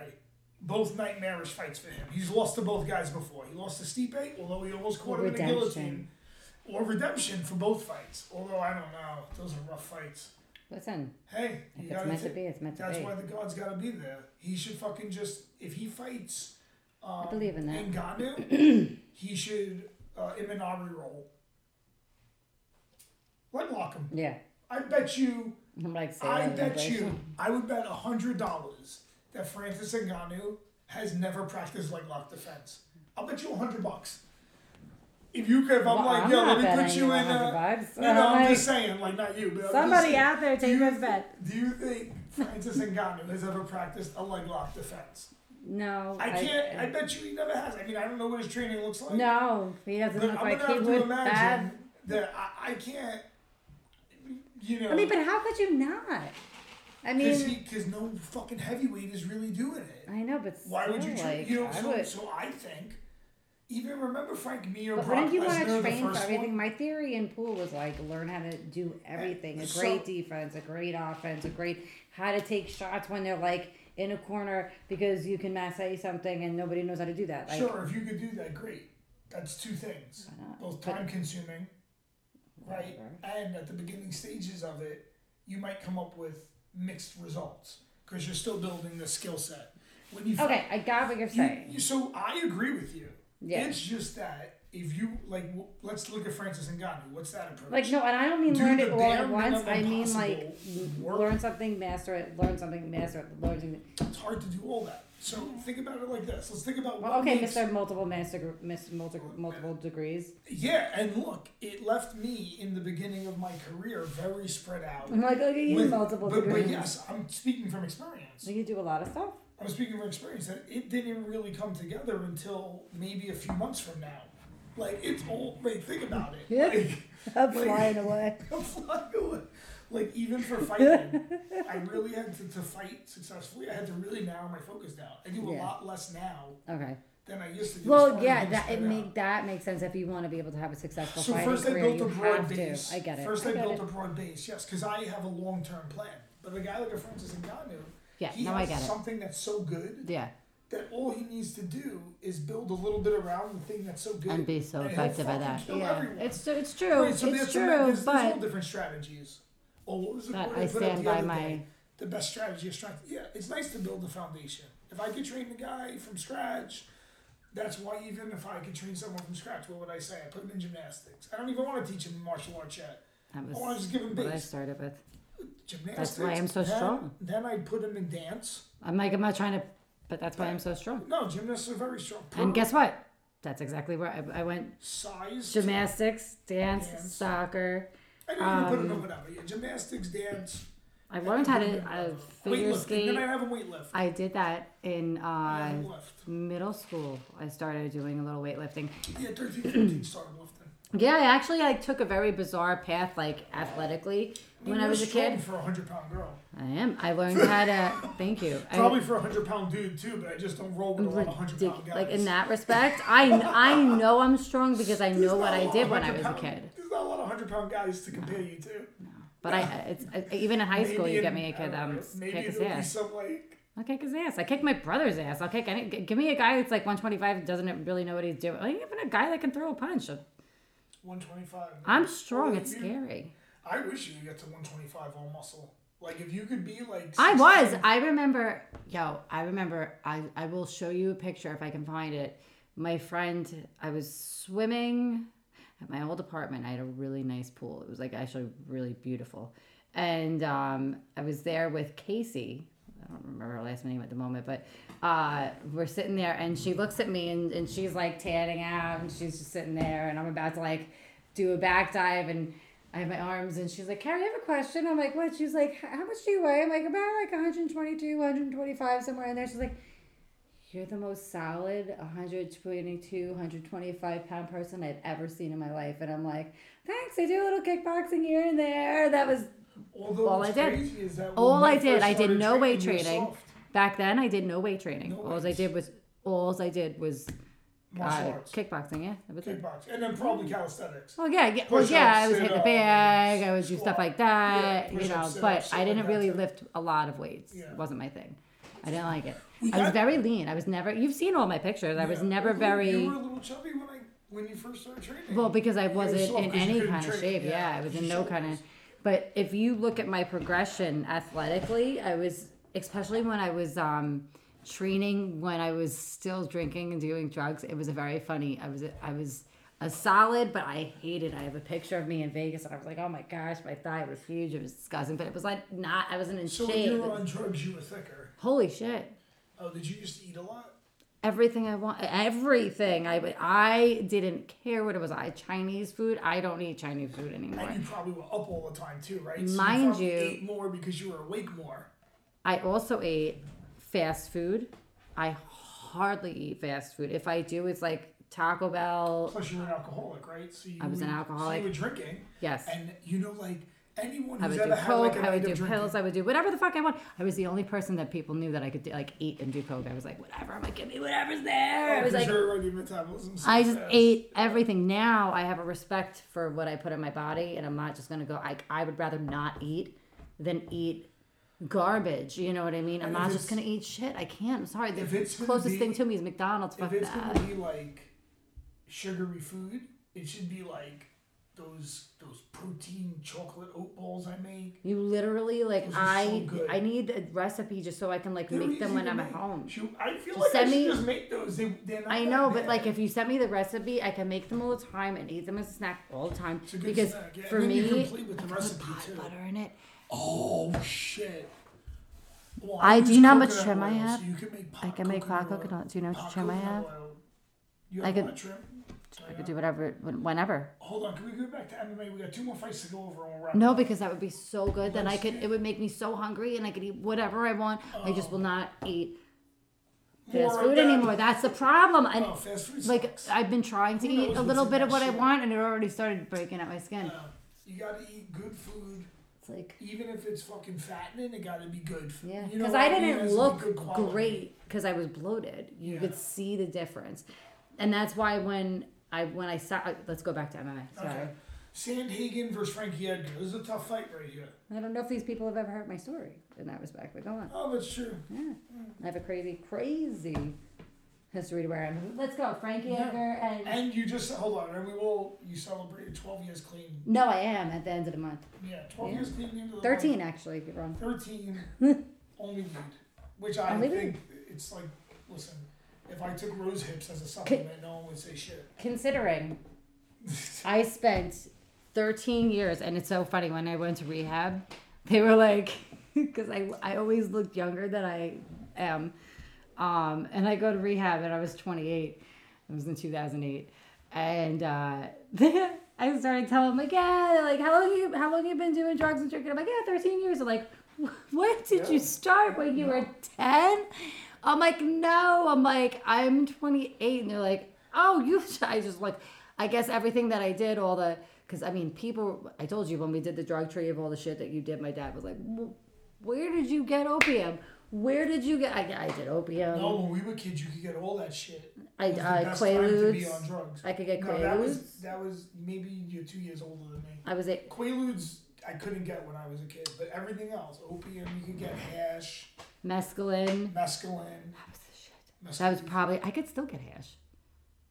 C: Both nightmarish fights for him. He's lost to both guys before. He lost to Stipe, although he almost caught
B: Or
C: him in a guillotine.
B: redemption.
C: Or redemption for both fights. Although I don't know. Those are rough fights.
B: Listen,
C: Hey,
B: if
C: you
B: it's
C: gotta
B: meant to
C: ta-
B: be, it's meant to
C: that's
B: be.
C: why the God's got to be there. He should fucking just if he fights um,
B: believe in that.
C: Ngannou, he should uh, Imanari roll. Let lock him.
B: Yeah.
C: I bet you.
B: I'm like, say
C: I
B: that in
C: bet you.
B: vibration.
C: I would bet a hundred dollars that Francis Ngannou has never practiced leg lock defense. I'll bet you a hundred bucks. If you could, if I'm
B: Well,
C: like,
B: I'm
C: yo,
B: not
C: let me put
B: betting
C: you in.
B: you a hundred
C: Uh,
B: bucks.
C: no, no, I'm
B: Like,
C: just saying, like, not you, but I'm just
B: Somebody
C: saying.
B: out there
C: Do
B: take
C: you
B: this bet.
C: thi- Do you think Francis Ngannou has ever practiced a leg lock defense?
B: No.
C: I can't. I, bet you he never has. I mean, I don't know what his training looks like.
B: No, he doesn't
C: but I'm
B: look
C: gonna
B: like he
C: have to
B: would
C: imagine
B: have.
C: that I, I can't. You know,
B: I mean, but how could you not? I
C: because
B: mean,
C: no fucking heavyweight is really doing it.
B: I know, but
C: Why would you?
B: still,
C: Tra-
B: like,
C: you know,
B: I
C: so,
B: would.
C: so I think. Even remember Frank Mir,
B: but
C: Brock
B: wouldn't you want
C: Lesnar,
B: to
C: the
B: train for
C: first
B: everything?
C: one.
B: My theory in pool was like learn how to do everything: a
C: so-
B: great defense, a great offense, a great how to take shots when they're like in a corner because you can masse something and nobody knows how to do that. Like,
C: sure, if you could do that, great. That's two things. Both time consuming, right?
B: Whatever.
C: And at the beginning stages of it, you might come up with mixed results because you're still building the skill set. When you
B: Okay, I got what you're
C: you-
B: saying.
C: you- so I agree with you.
B: Yeah.
C: It's just that if you like, w- let's look at Francis Ngannou. What's that approach?
F: Like no, and I don't mean
C: Do
F: learn
C: the
F: it all at
C: bare
F: once.
C: minimum
F: I mean
C: possible
F: like
C: work.
F: learn something, master it, learn something, master it, learn something.
C: it's hard to do all that. So think about it like this. Let's think about what
F: Well, okay,
C: makes-
F: Mister Multiple Master, gr- Mister Multiple, multiple degrees.
C: Yeah, and look, it left me in the beginning of my career very spread out.
F: I'm like, okay, you
C: With-
F: Mm-hmm. multiple
C: but,
F: degrees.
C: but yes, I'm speaking from experience.
F: So you do a lot of stuff.
C: I'm speaking from experience that it didn't really come together until maybe a few months from now. Like it's all like think about it.
F: Yeah.
C: Like,
F: I'm
C: Like-
F: flying away.
C: I'm flying away. Like even for fighting, I really had to, to fight successfully. I had to really narrow my focus down. I do a
F: Yeah.
C: lot less now
F: Okay.
C: than I used to do. as far
F: Well,
C: as
F: yeah,
C: being
F: that it
C: spread out.
F: make that makes sense if you want to be able to have a successful
C: So
F: fighting
C: first I
F: career.
C: built a
F: you
C: broad
F: have
C: base.
F: to. I get it.
C: First I,
F: I get
C: built
F: it.
C: a broad base, yes, because I have a long term plan. But a guy like a Francis Ngannou,
F: Yeah,
C: he
F: no, I
C: has
F: get it.
C: something that's so good
F: Yeah,
C: that all he needs to do is build a little bit around the thing that's so good
B: And be so
C: he'll
B: effective at
C: fucking
B: that.
C: kill everyone.
F: it's it's true.
C: Right, so
F: it's
C: that's the- there's-
F: true,
C: there's, all
F: but
C: different strategies. Oh, what was the
B: But
C: quote
B: I
C: put up
B: stand
C: the
B: by
C: other
B: my-
C: day? The best strategy is strength. Yeah, it's nice to build the foundation. If I could train the guy from scratch, that's why even if I could train someone from scratch, what would I say? I put him in gymnastics. I don't even want to teach him martial arts yet.
B: That
C: I want to
B: was
C: just give him
B: what I
C: base
B: started with.
C: gymnastics.
B: why I'm so
C: then-
B: strong.
C: Then I'd put him in dance.
B: I'm like, I'm not trying to, but that's why I'm so strong.
C: No, gymnasts are very strong. Put
B: And guess what? That's exactly where I, I went.
C: size.
B: Gymnastics, dance,
C: Dance.
B: soccer.
C: I didn't even put him
B: um,
C: in whatever. Yeah, gymnastics, dance,
B: I learned how to uh, figure
C: weightlifting. Then
B: skate.
C: I have him weightlift.
B: I did that in
C: I
B: uh,
C: have him lift.
B: middle school. I started doing a little weightlifting.
C: Yeah, 13, 14 started lifting.
B: Yeah, I actually like took a very bizarre path, like athletically, when I
C: You're
B: was a
C: strong
B: kid.
C: For a hundred pound girl,
B: I am. I learned how to. Thank you. I-
C: probably for a hundred pound dude too, but I just don't roll with a lot of hundred pound
B: ridiculous.
C: guys.
B: Like in that respect, I I know I'm strong because I know what I did when I was a kid.
C: There's not a lot of hundred pound guys to compare you to.
B: But I it's even in high school
C: Maybe
B: you
C: in-
B: get me a
C: I
B: kid
C: don't
B: um
C: know, Maybe
B: kick his
C: there'll be
B: ass.
C: some like
B: I'll kick his ass. I kick my brother's ass. I'll kick any. g- Give me a guy that's like 125 doesn't really know what he's doing. Like even a guy that can throw a punch.
C: one twenty five.
B: I'm strong. It's scary.
C: I wish you could get to one twenty five all muscle. Like if you could be like.
B: I
C: 6'10"
B: was. I remember. Yo, I remember. I, I will show you a picture if I can find it. My friend, I was swimming at my old apartment. I had a really nice pool. It was like actually really beautiful. And um, I was there with Casey. I don't remember her last name at the moment, but uh, we're sitting there and she looks at me and, and she's like tanning out and she's just sitting there and I'm about to like do a back dive and I have my arms and she's like, Carrie, I have a question. I'm like, what? She's like, "H- how much do you weigh? I'm like, about like 122, 125, somewhere in there. She's like, you're the most solid 122, 125 pound person I've ever seen in my life. And I'm like, thanks. I do a little kickboxing here and there. That was
C: Although
B: all
C: what's
B: I did-
C: crazy is that when
B: all
C: we
B: I did.
C: first
B: I did
C: started
B: no weight
C: you were
B: training.
C: soft.
B: Back then, I did no weight training.
C: No
B: all I
C: weights.
B: did was, all I did was
C: Martial
B: uh,
C: arts,
B: kickboxing. Yeah, that was it.
C: kickboxing, and then probably calisthenics.
B: Well, yeah, yeah, well,
C: Push-ups,
B: yeah. I was hitting the
C: sit-ups,
B: bag. I would do
C: squat.
B: stuff like that,
C: Yeah,
B: you
C: push-ups,
B: know.
C: sit-ups,
B: But
C: stuff
B: I
C: like
B: didn't
C: that
B: really
C: too.
B: lift a lot of weights.
C: Yeah.
B: It wasn't my thing. I didn't like it.
C: We
B: I was
C: got-
B: very lean. I was never. You've seen all my pictures. I was
C: Yeah.
B: never
C: You- You
B: very.
C: were a little chubby when I when you first started training.
B: Well, because I
C: You were
B: wasn't
C: soft
B: in
C: 'cause you
B: any
C: couldn't
B: kind of
C: train.
B: shape. Yeah, I was in
C: your
B: no kind of.
C: shoulders.
B: But if you look at my progression athletically, I was especially when I was um, training when I was still drinking and doing drugs. It was a very funny. I was I was a solid, but I hated. I have a picture of me in Vegas, and I was like, oh my gosh, my thigh was huge. It was disgusting, but it was like not. I wasn't in
C: So when you
B: shape.
C: were on drugs, you were thicker.
B: Holy shit.
C: Oh, did you used to eat a lot?
B: everything I want, everything. I I didn't care what it was. I Chinese food. I don't eat Chinese food anymore.
C: And you probably were up all the time too, right?
B: Mind
C: so you, probably
B: you-
C: ate more because you were awake more.
B: I also ate fast food. I hardly eat fast food. If I do, it's like Taco Bell.
C: Plus, you were an alcoholic, right? So you
B: I was an
C: would-
B: alcoholic.
C: So you were drinking.
B: Yes.
C: And you know, like anyone
B: I
C: who's
B: would do
C: ever had like
B: coke.
C: a
B: I would
C: night
B: do
C: of drinking,
B: pills. I would do whatever the fuck I want. I was the only person that people knew that I could do, like eat and do coke. I was like, whatever. I'm like, give me whatever's
C: Oh,
B: there. I was like,
C: your already metabolism's so
B: I just
C: fast.
B: ate everything. Now I have a respect for what I put in my body, and I'm not just gonna go. I I would rather not eat than eat garbage. You know what I mean? I'm
C: And
B: not
C: if
B: just
C: it's-
B: gonna eat shit. I can't. I'm sorry. The
C: if it's gonna
B: closest
C: be-
B: thing to me is McDonald's. Fuck
C: If it's
B: that.
C: gonna be like sugary food, it should be like the those those protein chocolate oat balls I make.
B: You literally like
C: Those are
B: I
C: so good.
B: I need a recipe just so I can like
C: They're
B: make them
C: easy
B: when
C: to
B: I'm at
C: make.
B: home.
C: Shoot, I feel
B: Just
C: like I
B: send
C: should
B: me-
C: just make those. They, they're not
B: I
C: that
B: know, but
C: bad.
B: like if you sent me the recipe, I can make them all the time and eat them as a snack all the time.
C: It's a good
B: Because
C: snack, yeah,
B: for
C: and then you
B: me,
C: complete with the
B: I put
C: recipe,
B: pot
C: too.
B: butter in it.
C: oh shit. Well,
B: I- do
C: use
B: you know how much
C: coconut
B: trim I
C: oil,
B: have?
C: So you can make pot
B: I can make pot
C: oil.
B: coconut. Do you know how much
C: Pot
B: trim I
C: coconut
B: have?
C: oil. You
B: I
C: have a
B: could-
C: lot of trim?
B: I could do whatever, when- whenever.
C: Hold on, can we go back to MMA? We got two more fights to go over and we'll wrap
B: No,
C: up.
B: because that would be so good. Then I could. It would make me so hungry, and I could eat whatever I want. I just will not eat fast
C: Oh. More of
B: food
C: that.
B: anymore. That's the problem. And
C: Oh, fast food
B: like uh,
C: sucks.
B: I've been trying to
C: Who knows
B: eat a
C: what's
B: little
C: in
B: bit of
C: that
B: what I
C: shit?
B: want, and it already started breaking out my skin.
C: Uh, you gotta eat good food.
B: It's like
C: Even if it's fucking fattening, it gotta be good. food.
B: yeah,
C: You know
B: because
C: what
B: I
C: mean? It
B: didn't
C: has to be good
B: look
C: quality.
B: great because I was bloated. You
C: Yeah.
B: could see the difference, and that's why when I when I saw let's go back to MMA. Sorry,
C: Okay. Sandhagen versus Frankie Edgar. This is a tough fight right here.
B: I don't know if these people have ever heard my story in that respect, but go on.
C: Oh, that's true.
B: I have a crazy, crazy history to where I'm. Let's go, Frankie Edgar and.
C: And you just hold on, and we will. You celebrated 12 years clean.
B: No, I am at the end of the month.
C: Yeah, 12 years clean. at the end of the
B: 13, actually, if you're wrong.
C: month. 13. only weed, which I
B: Only
C: think it's like. Listen, if I took rose hips as a supplement, no one would say shit.
B: Considering I spent 13 years, and it's so funny when I went to rehab, they were like, because I, I always looked younger than I am. Um, and I go to rehab, and I was 28. It was in 2008. And uh, I started telling them, like, yeah, they're like, how long you how long you been doing drugs and drinking? I'm like, yeah, 13 years. They're like, when did you start? When you were 10? I'm like, no. I'm like, I'm 28. And they're like, oh, you. I just like, I guess everything that I did, all the, because I mean, people, I told you when we did the drug trade of all the shit that you did, my dad was like, "Well, where did you get opium? Where did you get? I, I did opium.
C: No, when we were kids, you could get all that shit.
B: Um, I-
C: It was the
B: uh,
C: best time to be
B: Quaaludes.
C: on drugs.
B: I could get
C: No, that was
B: Quaaludes.
C: that was maybe you're two years older than me.
B: I was at
C: Quaaludes, I couldn't get when I was a kid, but everything else, opium, you could get hash,
B: mescaline.
C: mescaline.
B: That was the shit.
C: mescaline.
B: That was probably, I could still get hash.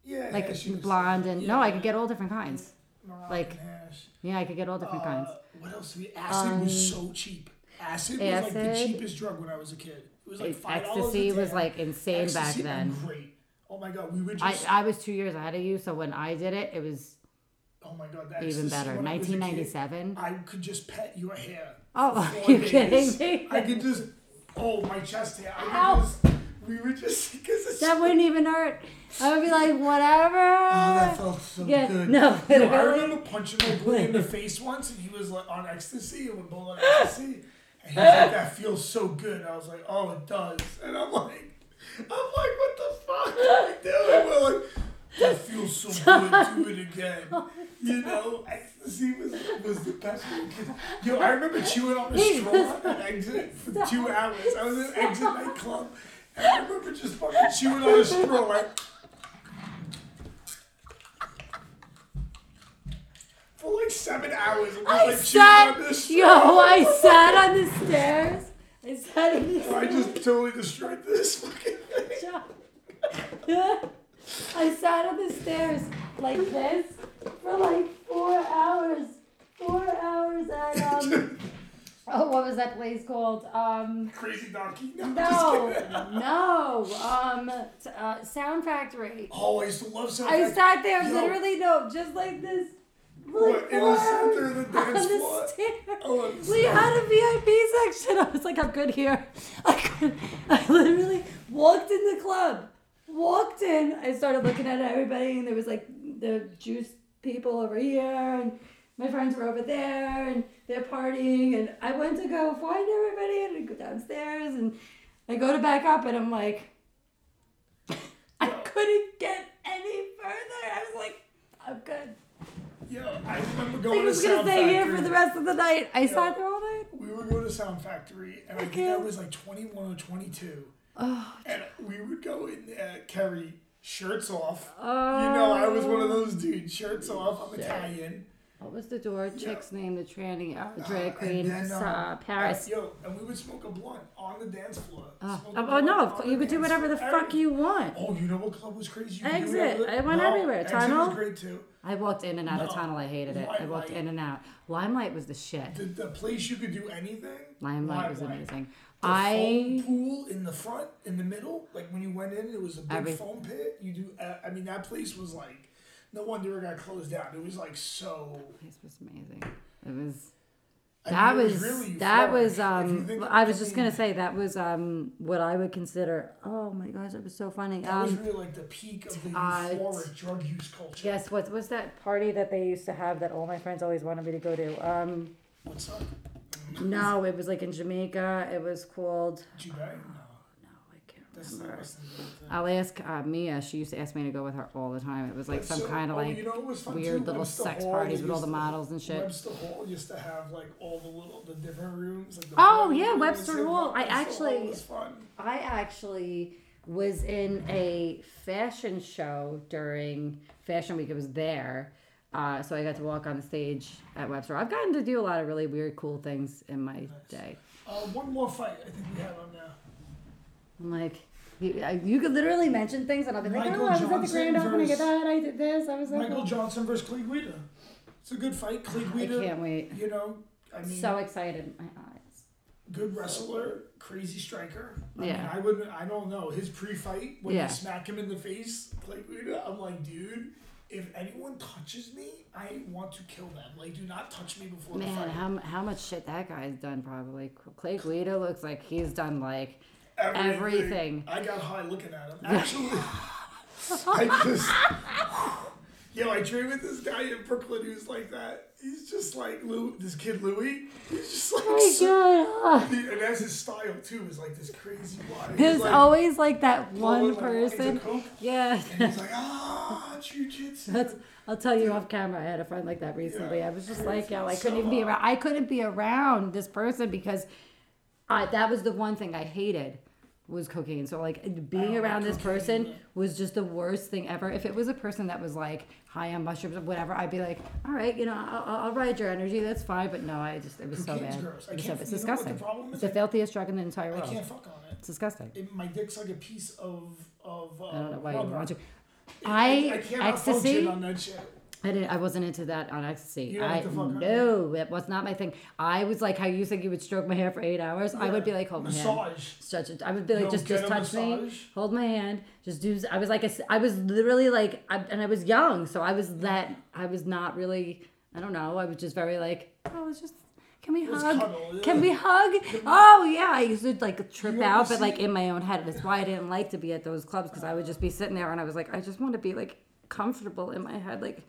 C: yeah,
B: Like
C: hash you could
B: blonde
C: still-
B: and,
C: yeah,
B: no, I could get all different kinds.
C: Moroccan
B: like,
C: hash.
B: Yeah, I could get all different
C: Uh,
B: kinds. Um,
C: what else? did we- Acid was so cheap. Acid, was like the
B: acid.
C: cheapest drug when I was a kid. It was like
B: Like,
C: five dollars.
B: ecstasy was, like, insane back then.
C: Great. Oh my god, we were
B: I,
C: just.
B: I was two years ahead of you, so when I did it, it was
C: oh my god, that
B: even
C: ecstasy
B: better.
C: when I was a kid,
B: 1997.
C: I could just pet your hair.
B: Oh,
C: for
B: are
C: four
B: you kidding
C: days.
B: me?
C: I could just. Oh, my chest hair. I could
B: Ow.
C: just. We were just because it's.
B: That wouldn't even hurt. I would be like, whatever.
C: Oh, that felt so
B: Ah. Yeah,
C: good.
B: no,
C: Yo, I
B: really.
C: remember punching my boy in the face once, and he was like on ecstasy, and we're both on ecstasy, and he was like, "That feels so good." And I was like, "Oh, it does," and I'm like, "I'm like, what the fuck are we doing?" We're like, "That feels so good. Do it again." You know, ecstasy was was the best. thing. 'Cause- Yo, I remember chewing on the straw at exit for two hours. I was at exit nightclub. And I remember just fucking chewing on a straw like for like seven hours. I'm just
B: I sat,
C: like chewing on this
B: yo,
C: straw.
B: I sat on the stairs. I sat on the
C: I just totally destroyed this fucking thing.
B: stairs. I sat on the stairs like this for like four hours. Four hours at, um, oh, what was that place called? Um,
C: Crazy donkey. No. I'm
B: No,
C: Just kidding.
B: no. Um, t- uh, Sound Factory.
C: oh, I used to love sound.
B: I
C: effects.
B: sat there
C: Yo,
B: literally, no, just like this.
C: What,
B: like
C: in the
B: four
C: center of the
B: hours on
C: dance
B: the
C: floor?
B: stairs.
C: Oh, I'm
B: We
C: sorry.
B: had a VIP section. I was like, I'm good here. I, could, I literally walked in the club, walked in. I started looking at everybody, and there was like the juice people over here, and my friends were over there, and they're partying. And I went to go find everybody, and I go downstairs, and I go to back up, and I'm like, I couldn't get any further. I was like, I'm good.
C: Yo, I remember
B: I
C: going
B: think I'm
C: to
B: just gonna
C: sound
B: stay
C: factory.
B: here for the rest of the night. I sat there all night.
C: we would go to Sound Factory, and I think I was like 21 or 22.
B: Oh,
C: and we would go in there,
B: Oh.
C: carry shirts off. you know, I was one of those dudes, shirts off. I'm Italian.
B: What was the door chick's name? The tranny, uh, the drag
C: and
B: queen,
C: then, uh,
B: uh, Paris.
C: Yo, and we would smoke a blunt on the dance floor.
B: Oh,
C: Smoke a
B: oh, oh,
C: blunt
B: no,
C: on
B: of cour-
C: the
B: you could do
C: dance
B: whatever the
C: floor.
B: fuck you want.
C: Oh, you know what club was crazy? You could do
B: Exit.
C: whatever the-
B: I went
C: No,
B: everywhere.
C: Exit was
B: Tunnel.
C: great too.
B: I walked in and out of
C: No.
B: tunnel. I hated it. I walked
C: Limelight.
B: in and out. Limelight was the shit.
C: The, the place you could do anything.
B: Limelight was
C: Limelight.
B: amazing.
C: The
B: I
C: foam pool in the front, in the middle. Like when you went in, it was a big
B: Every-
C: foam pit. You do. Uh, I mean, that place was like. No wonder it got closed down. It was like so.
B: this was amazing. It was
C: I
B: that
C: mean, it
B: was
C: really
B: that
C: euphoric.
B: was
C: If you
B: um.
C: think
B: I
C: of-
B: was just
C: mean,
B: gonna say that was um what I would consider. Oh my gosh, that was so funny.
C: That was
B: Um,
C: really like the peak of the
B: uh,
C: euphoric drug use culture.
B: yes, what was that party that they used to have that all my friends always wanted me to go to? Um,
C: What's up?
B: no, it was like in Jamaica. It was called.
C: Did you bang? No,
B: No, I can't
C: that's not.
B: remember.
C: That's not
B: I'll ask uh, Mia. She used to ask me to go with her all the time. It was like some kind of like
C: oh, you know, what was fun
B: weird
C: too?
B: little
C: Webster
B: sex
C: Hall,
B: parties
C: they
B: with all the
C: used to-
B: models and shit.
C: Webster Hall used to have like all the little the different rooms. Like the
B: Oh,
C: boiler
B: yeah,
C: room and
B: Webster
C: stuff.
B: Hall. I
C: Webster Hall
B: actually-
C: was fun.
B: I actually was in a fashion show during Fashion Week. It was there. Uh, so I got to walk on the stage at Webster. I've gotten to do a lot of really weird, cool things in my day.
C: Uh, one more fight I think we had on now.
B: I'm like, you, I- you could literally mention things, and I'll be like,
C: Michael
B: oh, I was at the
C: Johnson
B: grand opening
C: versus-
B: of that. I did this. I was at
C: Michael
B: that.
C: Johnson versus Clay Guida. It's a good fight. Clay
B: I
C: Guida,
B: can't wait.
C: you know, I mean,
B: So excited. My eyes.
C: good wrestler, crazy striker. I mean,
B: Yeah.
C: I would I don't know. His pre fight, when
B: Yeah.
C: you smack him in the face, Clay Guida, I'm like, dude, if anyone touches me, I want to kill them. Like, do not touch me before the
B: Man,
C: fight.
B: how, how much shit that guy's done, probably. Clay Guida looks like he's done, like, everything.
C: I got high looking at him. Actually, I just. Yo, I trained with this guy in Brooklyn who's like that. He's just like Lou, this kid Louis. He's just like.
B: oh my
C: so-
B: God.
C: And that's his style too, is like this crazy line. He's
B: There's
C: like,
B: always like that one
C: blowing, like, lines of
B: person.
C: coke,
B: Yeah.
C: and He's like, ah, jujitsu.
B: That's, I'll tell you off camera. I had a friend like that recently.
C: Yeah.
B: I was just like, yo, I couldn't
C: So
B: even be
C: hot.
B: around. I couldn't be around this person because I, that was the one thing I hated was cocaine. So like being
C: Oh,
B: around this person was just the worst thing ever. If it was a person that was like high on mushrooms or whatever, I'd be like, all right, you know, I'll, I'll- I'll ride your energy. That's fine. But no, I just it was so
C: Cocaine's
B: bad.
C: gross. I
B: It was so
C: can't-
B: bad. It's
C: you know what the
B: disgusting.
C: problem is?
B: It's the filthiest drug in the entire
C: I
B: world.
C: can't fuck on
B: It's
C: it.
B: disgusting.
C: it. My dick's like a piece of of. Uh,
B: I don't know why you
C: rubber.
B: would want to.
C: I
B: I,
C: cannot function
B: ecstasy.
C: on that shit.
B: I didn't. I wasn't into that on ecstasy.
C: You don't
B: I
C: like the fuck, huh?
B: no, it was not my thing. I was like how you think you would stroke my hair for eight hours. I would be like hold my hand,
C: Massage.
B: stretch it. I would be like
C: No,
B: just
C: get
B: just
C: a
B: touch me,
C: massage.
B: hold my hand, just do. I was like a s- I was literally like I, and I was young, so I was that I was not really. I don't know. I was just very like oh, it's just. Can we
C: Let's
B: hug?
C: cuddle, yeah.
B: Can we hug? Oh yeah, I used to like trip
C: You ever
B: out, but like
C: see-
B: in my own head. That's why I didn't like to be at those clubs because I would just be sitting there and I was like, I just want to be like comfortable in my head, like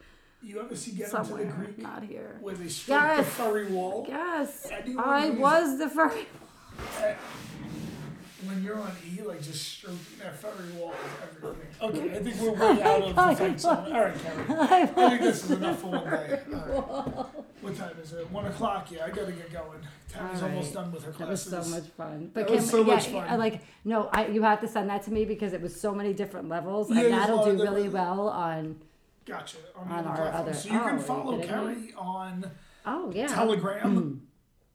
C: You ever see Get Into the
B: somewhere,
C: Greek?
B: not here.
C: Where they strike the
B: Yes.
C: furry wall.
B: Yes,
C: Anyone
B: I
C: who's-
B: was the first.
C: When you're on E, like just stroking that furry wall is everything. Okay, I think we're way out of the fight zone. All right, Karen. I think this is enough for one day. All right. What time is it? One o'clock. Yeah, I gotta get going. Tammy's
B: All
C: almost
B: right.
C: done with her
B: That was
C: classes.
B: so much fun. But
C: That
B: can
C: was so
B: we, yeah,
C: much fun.
B: I like no, I you have to send that to me because it was so many different levels,
C: Yeah,
B: and
C: there's a
B: that'll
C: lot of
B: do really
C: different-
B: well on.
C: Gotcha. On,
B: On
C: the
B: our
C: platform.
B: other-
C: So you
B: oh, are
C: can
B: you
C: follow
B: kidding me?
C: Carrie on
B: Oh yeah.
C: Telegram.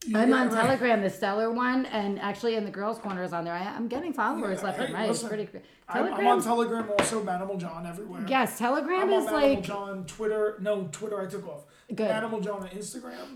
C: You
B: I'm
C: get
B: on
C: her-
B: Telegram, the Stellar one, and actually in the girls' corner is on there. I, I'm getting followers
C: Yeah,
B: left
C: hey,
B: and right. It's
C: listen,
B: pretty. cra-
C: I'm, I'm on
B: Telegram.
C: Telegram also, Manimal John everywhere.
B: Yes, Telegram
C: I'm on
B: is
C: Manimal
B: like
C: John Twitter. No, Twitter I took off.
B: Good.
C: Animal John on Instagram. I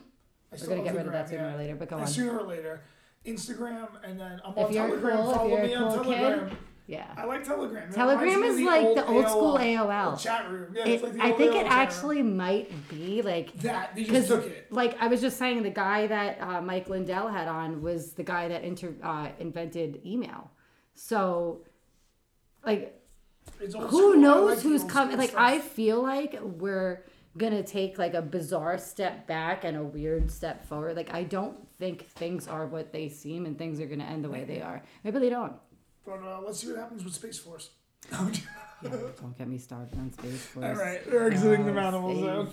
B: we're
C: still
B: gonna
C: love
B: get
C: the
B: rid of
C: gram,
B: that sooner
C: yeah.
B: or later. But go
C: And
B: on.
C: sooner or later. Instagram and then I'm
B: If
C: on
B: you're
C: Telegram.
B: cool, if
C: Follow
B: you're a
C: me on
B: cool kid.
C: Telegram.
B: Yeah.
C: I like Telegram. It
B: Telegram
C: reminds me of
B: is like the old school AOL.
C: chat room. Yeah,
B: It,
C: it's like the
B: I
C: old
B: think
C: AOL
B: it
C: chat room.
B: actually might be like
C: that they just
B: Because,
C: took it.
B: like, I was just saying, the guy that uh, Mike Lindell had on was the guy that inter- uh, invented email. So, like,
C: It's old
B: who
C: school. I
B: knows
C: like the
B: who's
C: old
B: coming?
C: school
B: Like,
C: stuff.
B: I feel like we're gonna take like a bizarre step back and a weird step forward. Like, I don't think things are what they seem, and things are gonna end the way they are. Maybe they don't.
C: But uh, let's see what happens with Space Force.
B: Don't get me started on Space Force.
C: All right, we're exiting the
B: Oh,
C: animal
B: Space
C: zone.